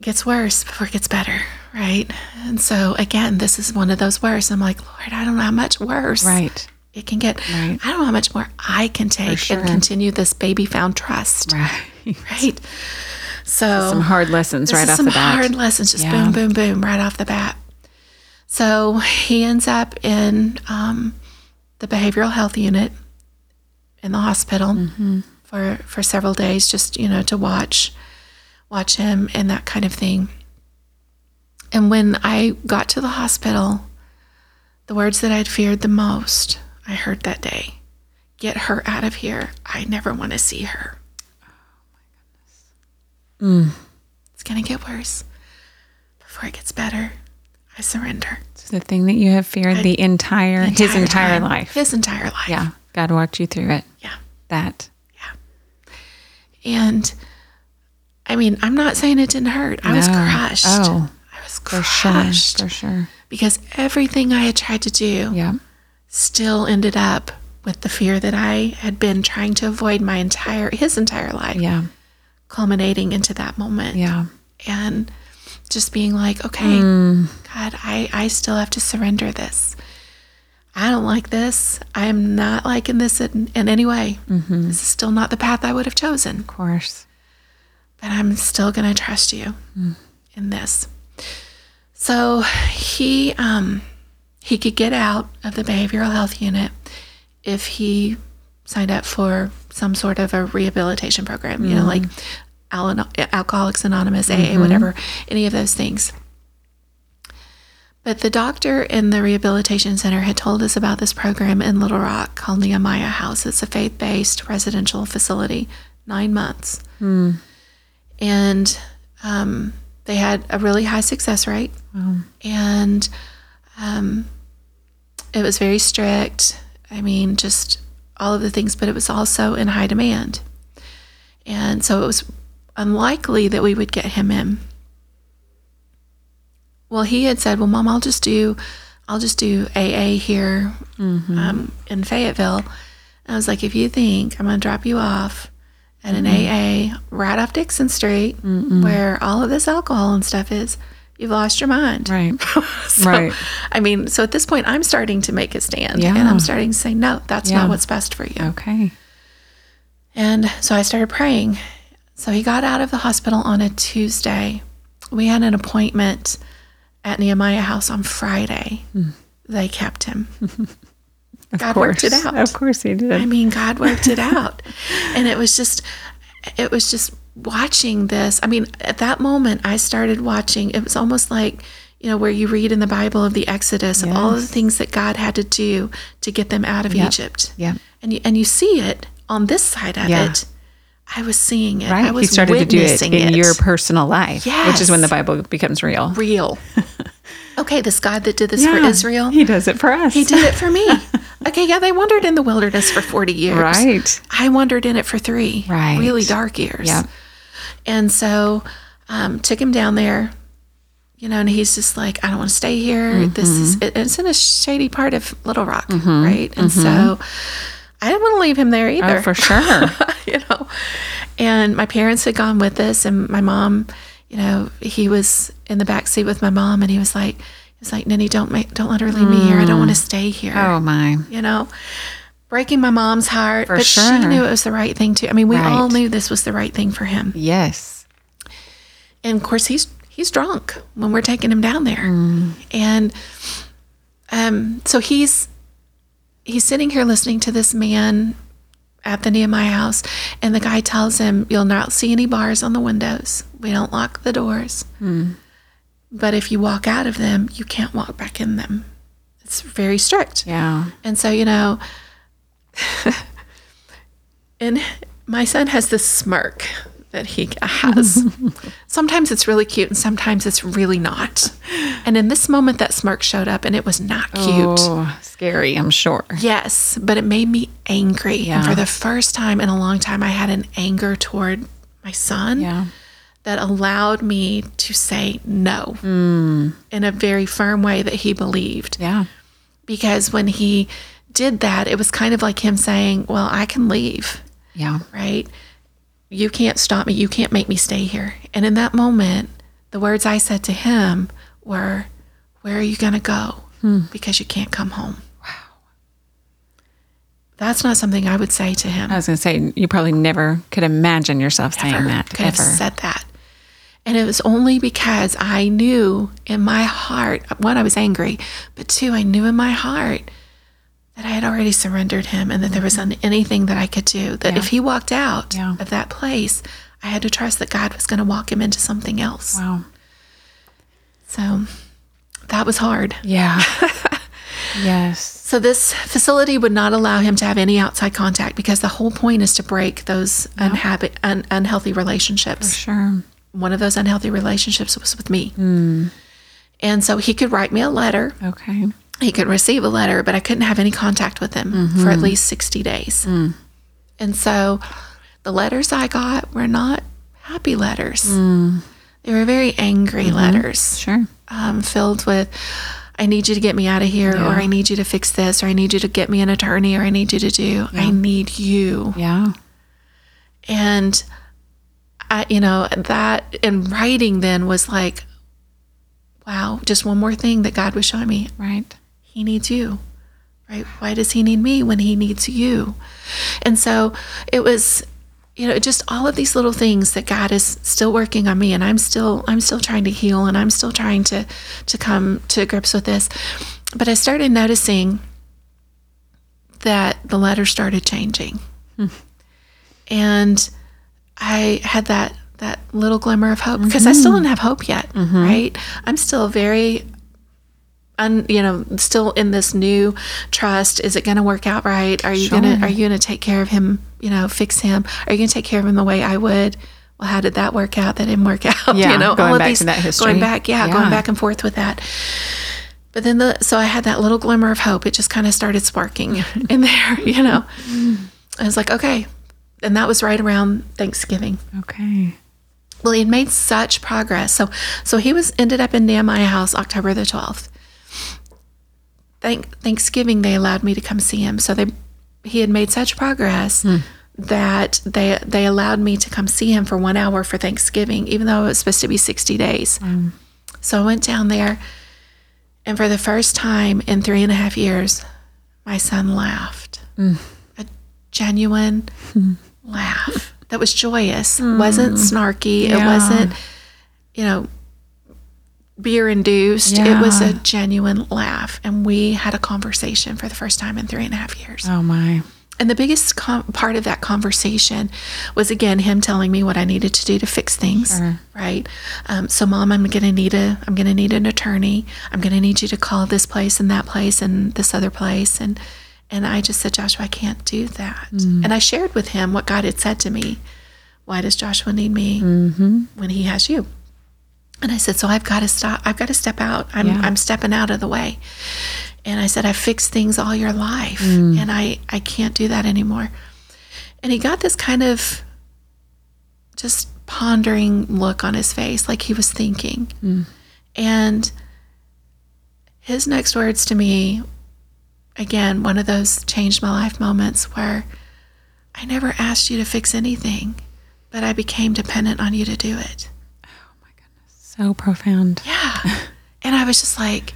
Speaker 2: gets worse before it gets better, right? And so again, this is one of those worse. I'm like, Lord, I don't know how much worse.
Speaker 1: Right.
Speaker 2: it can get.
Speaker 1: Right.
Speaker 2: I don't know how much more I can take
Speaker 1: sure.
Speaker 2: and continue this baby found trust. (laughs)
Speaker 1: Right.
Speaker 2: Right. So
Speaker 1: Some hard lessons
Speaker 2: Oh, this
Speaker 1: right
Speaker 2: is
Speaker 1: off
Speaker 2: some
Speaker 1: the bat.
Speaker 2: hard lessons, just
Speaker 1: Yeah.
Speaker 2: boom, boom, boom, right off the bat. So he ends up in um, the behavioral health unit in the hospital for for several days, just you know to watch watch him and that kind of thing. And when I got to the hospital, the words that I'd feared the most I heard that day: "Get her out of here! I never want to see her." It's gonna get worse. Before it gets better, I surrender.
Speaker 1: It's the thing that you have feared the entire, his entire
Speaker 2: time.
Speaker 1: life.
Speaker 2: His entire life.
Speaker 1: yeah. God walked you through it.
Speaker 2: Yeah.
Speaker 1: That.
Speaker 2: And I mean, I'm not saying it didn't hurt. I was
Speaker 1: No.
Speaker 2: crushed.
Speaker 1: Oh.
Speaker 2: I was
Speaker 1: For sure.
Speaker 2: crushed
Speaker 1: For sure.
Speaker 2: because everything I had tried to do
Speaker 1: Yeah.
Speaker 2: still ended up with the fear that I had been trying to avoid my entire his entire life,
Speaker 1: Yeah.
Speaker 2: culminating into that moment.
Speaker 1: Yeah.
Speaker 2: and just being like, okay, God, I, I still have to surrender this. I don't like this. I am not liking this in, in any way. This is still not the path I would have chosen,
Speaker 1: Of course.
Speaker 2: but I'm still going to trust you in this. So he um, he could get out of the behavioral health unit if he signed up for some sort of a rehabilitation program, you know, like Al- Alcoholics Anonymous, AA, whatever, any of those things. But the doctor in the rehabilitation center had told us about this program in Little Rock called Nehemiah House. It's a faith based residential facility, nine months. And um, they had a really high success rate. And um, it was very strict. I mean, just all of the things, but it was also in high demand. And so it was unlikely that we would get him in. Well, he had said, "Well, mom, I'll just do I'll just do AA here um, in Fayetteville." And I was like, "If you think I'm going to drop you off at an AA right off Dixon Street where all of this alcohol and stuff is, you've lost your mind."
Speaker 1: Right.
Speaker 2: (laughs) So,
Speaker 1: Right.
Speaker 2: I mean, so at this point, I'm starting to make a stand, and
Speaker 1: Yeah.
Speaker 2: I'm starting to say, no, that's
Speaker 1: Yeah.
Speaker 2: not what's best for you.
Speaker 1: Okay.
Speaker 2: And so I started praying. So he got out of the hospital on a Tuesday. We had an appointment at Nehemiah House on Friday.
Speaker 1: Hmm.
Speaker 2: They kept him.
Speaker 1: Of
Speaker 2: God
Speaker 1: course.
Speaker 2: worked it out.
Speaker 1: Of course he did.
Speaker 2: I mean, God worked it out. (laughs) and it was just, it was just watching this. I mean, at that moment, I started watching. It was almost like, you know, where you read in the Bible of the Exodus of all of the things that God had to do to get them out of Egypt.
Speaker 1: Yep.
Speaker 2: And you, and you see it on this side of
Speaker 1: Yeah.
Speaker 2: it. I was seeing it. I
Speaker 1: Right.
Speaker 2: was
Speaker 1: He started to do it
Speaker 2: witnessing
Speaker 1: in your personal life, which is when the
Speaker 2: Yes.
Speaker 1: Bible becomes real. (laughs)
Speaker 2: real. okay, this God that did this for
Speaker 1: Yeah.
Speaker 2: Israel.
Speaker 1: He does it for us.
Speaker 2: He did it
Speaker 1: (laughs)
Speaker 2: for me. okay, yeah, they wandered in the wilderness for 40 years.
Speaker 1: Right.
Speaker 2: I wandered in it for three.
Speaker 1: Right.
Speaker 2: Really dark years.
Speaker 1: Yep.
Speaker 2: And so um, took him down there, you know, and he's just like, I don't want to stay here. This is,
Speaker 1: Mm-hmm.
Speaker 2: it, it's in a shady part of Little Rock, right? And so I didn't want to leave him there either.
Speaker 1: Mm-hmm. Oh, for sure.
Speaker 2: (laughs) you know. And my parents had gone with us, and my mom, you know, he was in the back seat with my mom, and he was like, he was like, Nanny, don't make, don't let her leave me here. I don't want to stay here.
Speaker 1: oh my.
Speaker 2: You know, breaking my mom's heart, but
Speaker 1: sure.
Speaker 2: she knew it was the right thing to. I mean, we all
Speaker 1: Right.
Speaker 2: knew this was the right thing for him.
Speaker 1: Yes.
Speaker 2: And of course, he's he's drunk when we're taking him down there, and um, so he's he's sitting here listening to this man at the Nehemiah house, and the guy tells him, "You'll not see any bars on the windows. We don't lock the doors, but if you walk out of them, you can't walk back in them. It's very strict."
Speaker 1: Yeah.
Speaker 2: And so, you know, and my son has this smirk that he
Speaker 1: (laughs)
Speaker 2: has. sometimes it's really cute and sometimes it's really not. And in this moment, that smirk showed up and it was not cute.
Speaker 1: Oh, scary, I'm sure.
Speaker 2: Yes, but it made me angry. And
Speaker 1: Yeah.
Speaker 2: for the first time in a long time, I had an anger toward my son
Speaker 1: Yeah.
Speaker 2: that allowed me to say no
Speaker 1: Hmm.
Speaker 2: in a very firm way that he believed
Speaker 1: Yeah.
Speaker 2: because when he did that, it was kind of like him saying, Well, I can leave,
Speaker 1: Yeah.
Speaker 2: right? You can't stop me. You can't make me stay here. And in that moment, the words I said to him were, Where are you going to go? Because you can't come home. Wow. That's not something I would say to him.
Speaker 3: I was going to say, you probably never could imagine yourself saying that
Speaker 2: could have
Speaker 3: ever.
Speaker 2: said that. And it was only because I knew in my heart, one, I was angry, but two, I knew in my heart that I had already surrendered him and that there wasn't anything that I could do. That if he walked out
Speaker 3: Yeah.
Speaker 2: of that place, I had to trust that God was going to walk him into something else.
Speaker 3: Wow.
Speaker 2: So that was hard.
Speaker 3: (laughs) Yeah. yes.
Speaker 2: So this facility would not allow him to have any outside contact because the whole point is to break those unhappy, un- unhealthy relationships.
Speaker 3: Sure.
Speaker 2: one of those unhealthy relationships was with me. And so he could write me a letter,
Speaker 3: Okay.
Speaker 2: he could receive a letter, but I couldn't have any contact with him for at least 60 days. And so the letters I got were not happy letters, they were very angry letters
Speaker 3: Sure.
Speaker 2: um, filled with, I need you to get me out of here, or I need you to fix this, or I need you to get me an attorney, or I need you to do, I need you
Speaker 3: Yeah.
Speaker 2: and I, you know that and writing then was like wow just one more thing that god was showing me
Speaker 3: Right.
Speaker 2: he needs you right why does he need me when he needs you and so it was you know just all of these little things that god is still working on me and i'm still i'm still trying to heal and i'm still trying to to come to grips with this but i started noticing that the letter started changing and i had that that little glimmer of hope because i
Speaker 3: Mm-hmm.
Speaker 2: still didn't have hope yet right i'm still very un, you know still in this new trust is it going to work out right are you going to are you going to take care of him you know fix him are you going to take care of him the way i would well how did that work out that didn't work (laughs) out
Speaker 3: Yeah,
Speaker 2: you know
Speaker 3: going
Speaker 2: all of
Speaker 3: back
Speaker 2: these
Speaker 3: to that history.
Speaker 2: going back yeah,
Speaker 3: Yeah.
Speaker 2: going back and forth with that but then the so i had that little glimmer of hope it just kind of started sparking in there (laughs) you know i was like okay and that was right around thanksgiving
Speaker 3: Okay.
Speaker 2: well, he had made such progress. So, so he was ended up in Nehemiah House October the twelfth. Thank Thanksgiving, they allowed me to come see him. So they, he had made such progress that they they allowed me to come see him for one hour for Thanksgiving, even though it was supposed to be sixty days. So I went down there, and for the first time in three and a half years, my son laughed. A genuine laugh that was joyous, wasn't snarky, it wasn't, you know, beer induced. It was a genuine laugh. And we had a conversation for the first time in three and a half years.
Speaker 3: Oh, my.
Speaker 2: And the biggest com- part of that conversation was again him telling me what I needed to do to fix things, right? Um, so, mom, I'm gonna need a, I'm gonna need an attorney. I'm gonna need you to call this place and that place and this other place. And and I just said, Joshua, I can't do that. And I shared with him what God had said to me. Why does Joshua need me when he has you? And I said, so I've got to stop. I've got to step out. I'm, I'm stepping out of the way. And I said, I fixed things all your life, and I I can't do that anymore. And he got this kind of just pondering look on his face, like he was thinking. And his next words to me, again, one of those changed my life moments where I never asked you to fix anything, but I became dependent on you to do it.
Speaker 3: So profound.
Speaker 2: Yeah. And I was just like,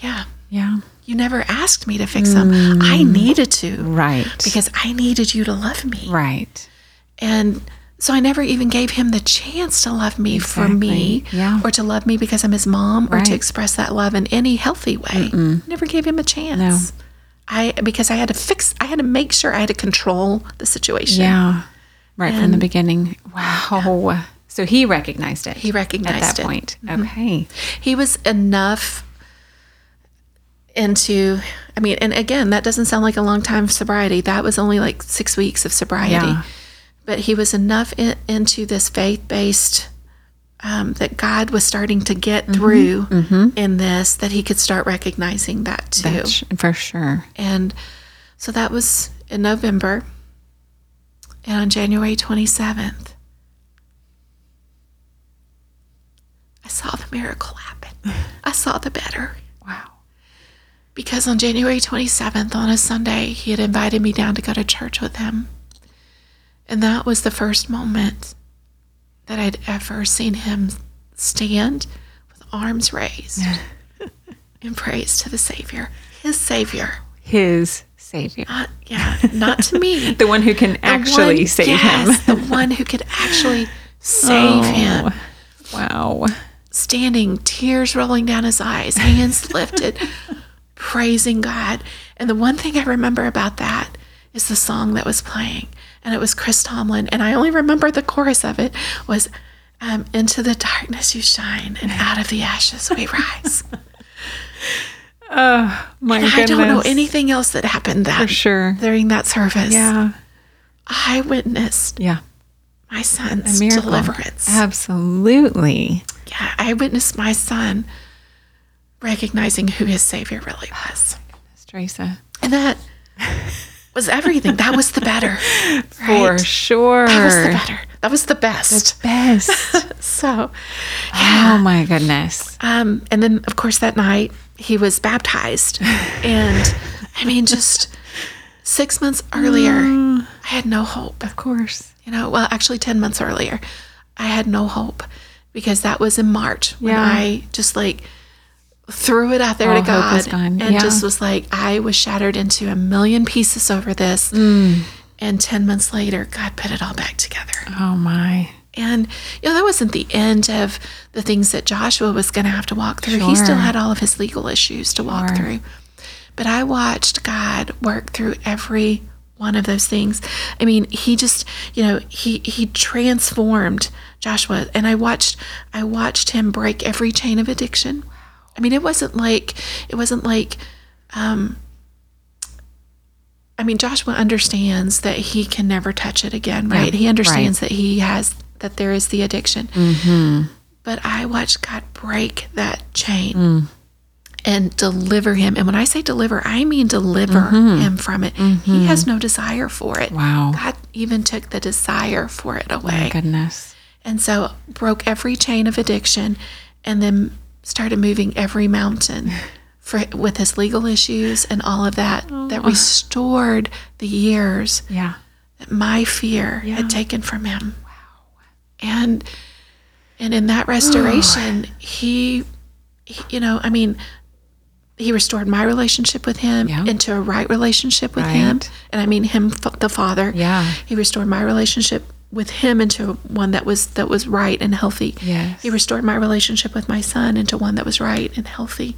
Speaker 2: yeah,
Speaker 3: Yeah.
Speaker 2: you never asked me to fix them. I
Speaker 3: Mm.
Speaker 2: needed to.
Speaker 3: Right.
Speaker 2: Because I needed you to love me.
Speaker 3: right.
Speaker 2: And so I never even gave him the chance to love me for me
Speaker 3: Exactly. Yeah.
Speaker 2: or to love me because I'm his mom or
Speaker 3: Right.
Speaker 2: to express that love in any healthy way. Never gave him a chance. I because I had to fix I had to make sure I had to control the situation.
Speaker 3: Yeah. Right from the beginning. Wow.
Speaker 1: uh,
Speaker 3: So he recognized it.
Speaker 2: He recognized
Speaker 3: at that
Speaker 2: it. Mm-hmm.
Speaker 3: point. Okay.
Speaker 2: he was enough into i mean and again that doesn't sound like a long time of sobriety that was only like six weeks of sobriety
Speaker 3: Yeah.
Speaker 2: but he was enough in, into this faith-based um, that god was starting to get
Speaker 3: Mm-hmm.
Speaker 2: through in this that he could start recognizing that too
Speaker 3: That's- For sure.
Speaker 2: and so that was in november and on january 27th i saw the miracle happen i saw the better
Speaker 3: Wow.
Speaker 2: because on January 27th, on a Sunday, he had invited me down to go to church with him. And that was the first moment that I'd ever seen him stand with arms raised in praise to the Savior, his Savior.
Speaker 3: His
Speaker 1: Savior.
Speaker 2: Not, yeah, not to me.
Speaker 1: The one who can
Speaker 2: (laughs) The
Speaker 1: actually
Speaker 2: one-
Speaker 1: save
Speaker 2: yes,
Speaker 1: him. Oh.
Speaker 2: the one who could actually save him.
Speaker 1: Wow.
Speaker 2: standing, tears rolling down his
Speaker 1: (laughs)
Speaker 2: eyes, hands lifted, praising God. And the one thing I remember about that is the song that was playing, and it was Chris Tomlin. And I only remember the chorus of it was, um, "Into the darkness you shine, and out of the ashes we rise."
Speaker 1: (laughs) My
Speaker 2: I
Speaker 1: goodness.
Speaker 2: don't know anything else that happened that
Speaker 1: sure.
Speaker 2: during that service.
Speaker 1: Yeah.
Speaker 2: I witnessed
Speaker 1: Yeah.
Speaker 2: my son's
Speaker 1: miracle.
Speaker 2: deliverance.
Speaker 1: Absolutely.
Speaker 2: Yeah, I witnessed my son recognizing who his savior really was.
Speaker 1: Miss Teresa. (laughs)
Speaker 2: And that was everything. That was the better.
Speaker 1: For sure.
Speaker 2: That was the better. That was the best.
Speaker 1: Best.
Speaker 2: So,
Speaker 1: (laughs) oh my goodness.
Speaker 2: um, and then of course that night he was baptized. And I
Speaker 1: (laughs)
Speaker 2: mean, just six months earlier,
Speaker 1: Mm.
Speaker 2: I had no hope.
Speaker 1: Of course.
Speaker 2: You know, well, actually 10 months earlier, I had no hope because that was in March when
Speaker 1: Yeah.
Speaker 2: I just like threw it out there
Speaker 1: All
Speaker 2: to
Speaker 1: hope
Speaker 2: God
Speaker 1: was gone.
Speaker 2: and
Speaker 1: Yeah.
Speaker 2: just was like, I was shattered into a million pieces over this.
Speaker 1: Mm.
Speaker 2: And 10 months later, God put it all back together.
Speaker 1: Oh my.
Speaker 2: And, you know, that wasn't the end of the things that Joshua was going to have to walk through. He still
Speaker 1: Sure.
Speaker 2: had all of his legal issues to walk through. But I watched God work through every one of those things. I mean, he just, you know, he he transformed Joshua and I watched I watched him break every chain of addiction. I mean, it wasn't like it wasn't like I mean, Joshua understands that he can never touch it again, right? he understands that he has that there is the addiction. But I watched God break that chain and deliver him. And when I say deliver, I mean deliver him from it. He has no desire for it.
Speaker 1: Wow.
Speaker 2: God even took the desire for it away.
Speaker 1: Goodness.
Speaker 2: And so broke every chain of addiction and then started moving every mountain for with his legal issues and all of that that restored the years
Speaker 1: Yeah.
Speaker 2: that my fear had taken from him. Wow. And and in that restoration, he, he- you know, I mean, he restored my relationship with him
Speaker 1: Yeah.
Speaker 2: into a right relationship with him.
Speaker 1: Right.
Speaker 2: And I mean him f- the father.
Speaker 1: Yeah.
Speaker 2: He restored my relationship with him into one that was that was right and healthy.
Speaker 1: Yes.
Speaker 2: He restored my relationship with my son into one that was right and healthy.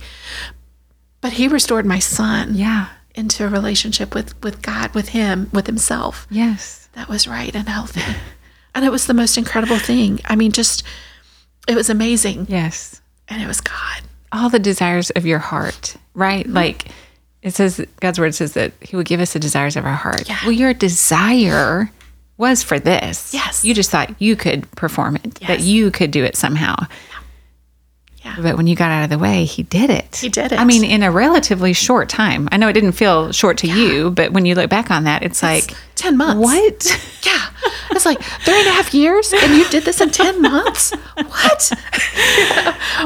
Speaker 2: But he restored my son
Speaker 1: Yeah.
Speaker 2: into a relationship with with God, with him, with himself
Speaker 1: Yes.
Speaker 2: that was right and healthy. (laughs) and it was the most incredible thing. I mean, just it was amazing.
Speaker 1: Yes.
Speaker 2: And it was God.
Speaker 1: All the desires of your heart, right?
Speaker 2: Mm-hmm.
Speaker 1: Like it says, God's word says that He will give us the desires of our heart.
Speaker 2: Yeah.
Speaker 1: Well, your desire was for this.
Speaker 2: Yes.
Speaker 1: You just thought you could perform it, that
Speaker 2: Yes.
Speaker 1: you could do it somehow.
Speaker 2: Yeah.
Speaker 1: But when you got out of the way, he did it. He
Speaker 2: did it.
Speaker 1: I mean, in a relatively short time. I know it didn't feel short to you, but when you look back on that, it's like,
Speaker 2: 10 months.
Speaker 1: what? (laughs)
Speaker 2: Yeah. It's like three and a half years and you did this in 10 months? What? (laughs)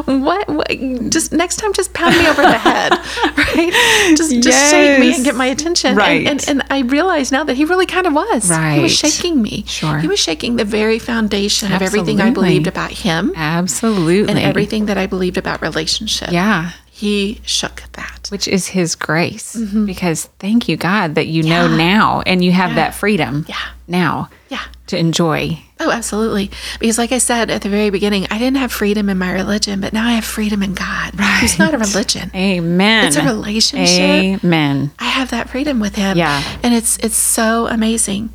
Speaker 2: what? What? Just next time, just pound me over the head, (laughs) right? Just, just shake me
Speaker 1: Yes.
Speaker 2: and get my attention. And-
Speaker 1: Right.
Speaker 2: And, and, I realize now that he really kind of was. He
Speaker 1: Right.
Speaker 2: was shaking me.
Speaker 1: Sure.
Speaker 2: He was shaking the very foundation of everything I
Speaker 1: Absolutely.
Speaker 2: believed about him
Speaker 1: Absolutely.
Speaker 2: and everything that I believed about relationship.
Speaker 1: Yeah.
Speaker 2: He shook that.
Speaker 1: Which is his grace. Because thank you, God, that you know now and you have that freedom
Speaker 2: Yeah.
Speaker 1: now
Speaker 2: Yeah.
Speaker 1: to enjoy.
Speaker 2: Oh, absolutely. Because, like I said at the very beginning, I didn't have freedom in my religion, but now I have freedom in God. Right. It's not a religion.
Speaker 1: Amen.
Speaker 2: It's a relationship.
Speaker 1: Amen.
Speaker 2: I have that freedom with him.
Speaker 1: Yeah.
Speaker 2: And it's it's so amazing.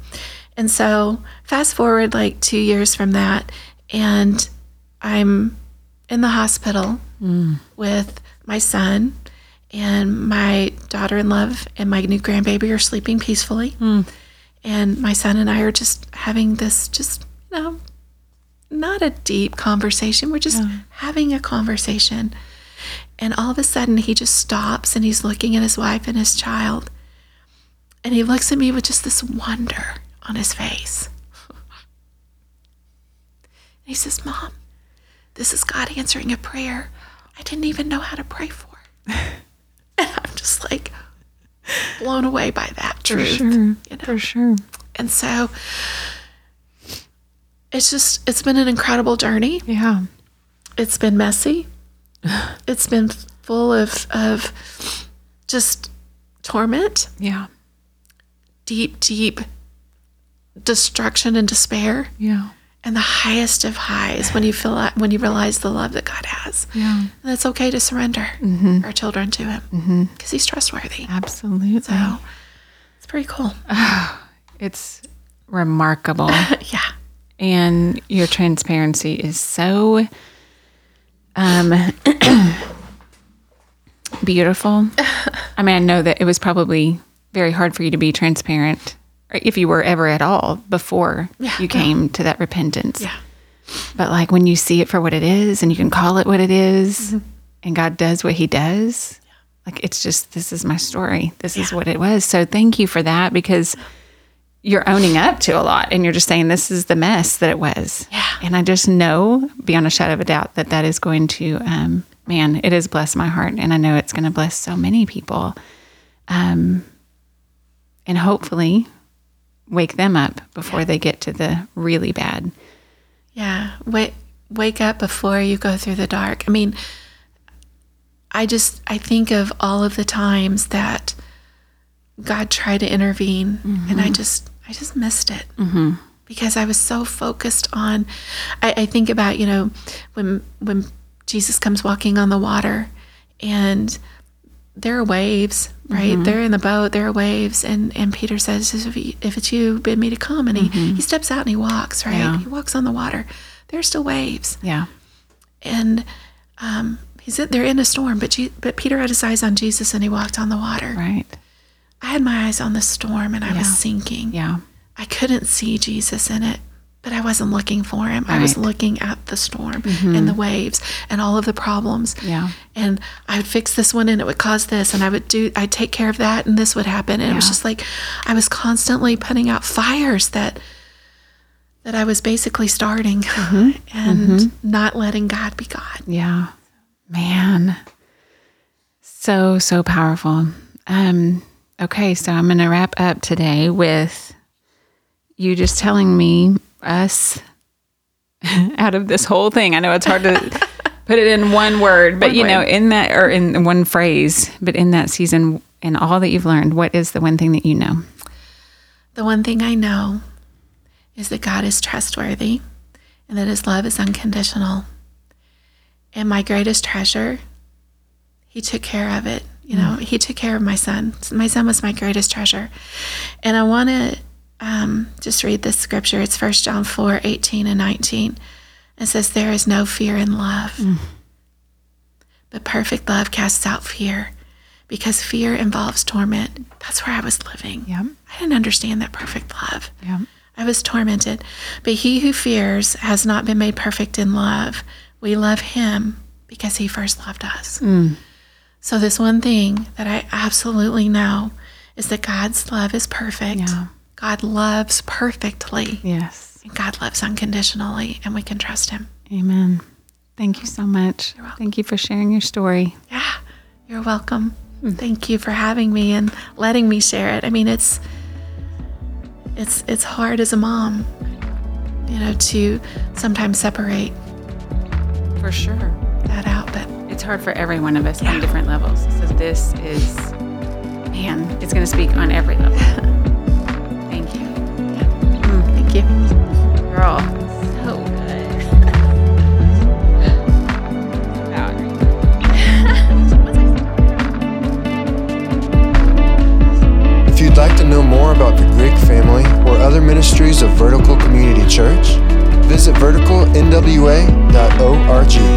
Speaker 2: And so fast forward like two years from that, and I'm in the hospital with my son and my daughter in love and my new grandbaby are sleeping peacefully. And my son and I are just having this just, you know, not a deep conversation. We're just having a conversation. And all of a sudden, he just stops and he's looking at his wife and his child. And he looks at me with just this wonder on his face. (laughs) And he says, Mom, this is God answering a prayer I didn't even know how to pray for. (laughs) and I'm just like blown away by that truth. you know?
Speaker 1: For sure.
Speaker 2: And so it's just, it's been an incredible journey
Speaker 1: Yeah.
Speaker 2: it's been messy. It's been full of of just torment
Speaker 1: Yeah.
Speaker 2: deep, deep destruction and despair.
Speaker 1: Yeah.
Speaker 2: And the highest of highs when you feel that, when you realize the love that God has.
Speaker 1: Yeah.
Speaker 2: And it's okay to surrender our children to Him because He's trustworthy.
Speaker 1: Absolutely.
Speaker 2: So it's pretty cool. (laughs)
Speaker 1: It's remarkable.
Speaker 2: yeah.
Speaker 1: and your transparency is so um (coughs) beautiful. I mean, I know that it was probably very hard for you to be transparent or if you were ever at all before
Speaker 2: Yeah.
Speaker 1: you came to that repentance.
Speaker 2: Yeah.
Speaker 1: But like when you see it for what it is and you can call it what it
Speaker 2: Mm-hmm.
Speaker 1: is, and God does what he does, like it's just this is my story. This is what it was. So thank you for that because you're owning up to a lot and you're just saying this is the mess that it was.
Speaker 2: Yeah.
Speaker 1: And I just know beyond a shadow of a doubt that that is going to um man, it has blessed my heart and I know it's going to bless so many people. Um and hopefully wake them up before they get to the really bad.
Speaker 2: Yeah. Wake wake up before you go through the dark. I mean, I just I think of all of the times that God tried to intervene and I just I just missed it. Mm-hmm. Because I was so focused on I, I think about, you know, when when Jesus comes walking on the water and there are waves, right?
Speaker 1: Mm-hmm.
Speaker 2: They're in the boat, there are waves, and and Peter says, "If you- if it's you, bid me to come." And he
Speaker 1: Mm-hmm.
Speaker 2: he steps out and he walks, right? He walks on the water. There's still waves,
Speaker 1: Yeah.
Speaker 2: and um, he's in, they're in a storm. But Je- but Peter had his eyes on Jesus, and he walked on the water.
Speaker 1: Right.
Speaker 2: I had my eyes on the storm, and I was sinking.
Speaker 1: Yeah.
Speaker 2: I couldn't see Jesus in it, but I wasn't looking for him. I was
Speaker 1: Right. Mm-hmm.
Speaker 2: looking at the storm and the waves and all of the problems.
Speaker 1: Yeah.
Speaker 2: And I would fix this one and it would cause this and I would do I'd take care of that and this would happen. And it was just like I was constantly putting out fires that that I was basically starting
Speaker 1: Mm-hmm.
Speaker 2: (laughs) and not letting God be God.
Speaker 1: Yeah. Man. So, so powerful. Um, okay, so I'm gonna wrap up today with you just telling me us (laughs) out of this whole thing. I know it's hard (laughs) to put it in one word, but you know, in that or in one phrase, but in that season and all that you've learned, what is the one thing that you know?
Speaker 2: The one thing I know is that God is trustworthy and that his love is unconditional. And my greatest treasure, he took care of it. You know, he took care of my son. My son was my greatest treasure. And I want to um, just read this scripture. It's 1 John 4 18 and 19. It says, There is no fear in love, but perfect love casts out fear because fear involves torment. That's where I was living.
Speaker 1: Yeah.
Speaker 2: I didn't understand that perfect love.
Speaker 1: Yeah.
Speaker 2: I was tormented. But he who fears has not been made perfect in love. We love him because he first loved us.
Speaker 1: Hmm.
Speaker 2: So, this one thing that I absolutely know is that God's love is perfect.
Speaker 1: Yeah.
Speaker 2: God loves perfectly,
Speaker 1: Yes.
Speaker 2: and God loves unconditionally, and we can trust him.
Speaker 1: Amen. Thank you so much. Thank you for sharing your story.
Speaker 2: Yeah, you're welcome. Thank you for having me and letting me share it. I mean, it's it's it's hard as a mom, you know, to sometimes separate
Speaker 1: For sure.
Speaker 2: that out, but
Speaker 1: It's hard for every one of us on different levels. So this is, man, it's going to speak on every level. Thank you,
Speaker 2: thank you.
Speaker 1: girl. So good. Boundary.
Speaker 4: If you'd like to know more about the Grigg family or other ministries of Vertical Community Church, visit verticalnwa.org.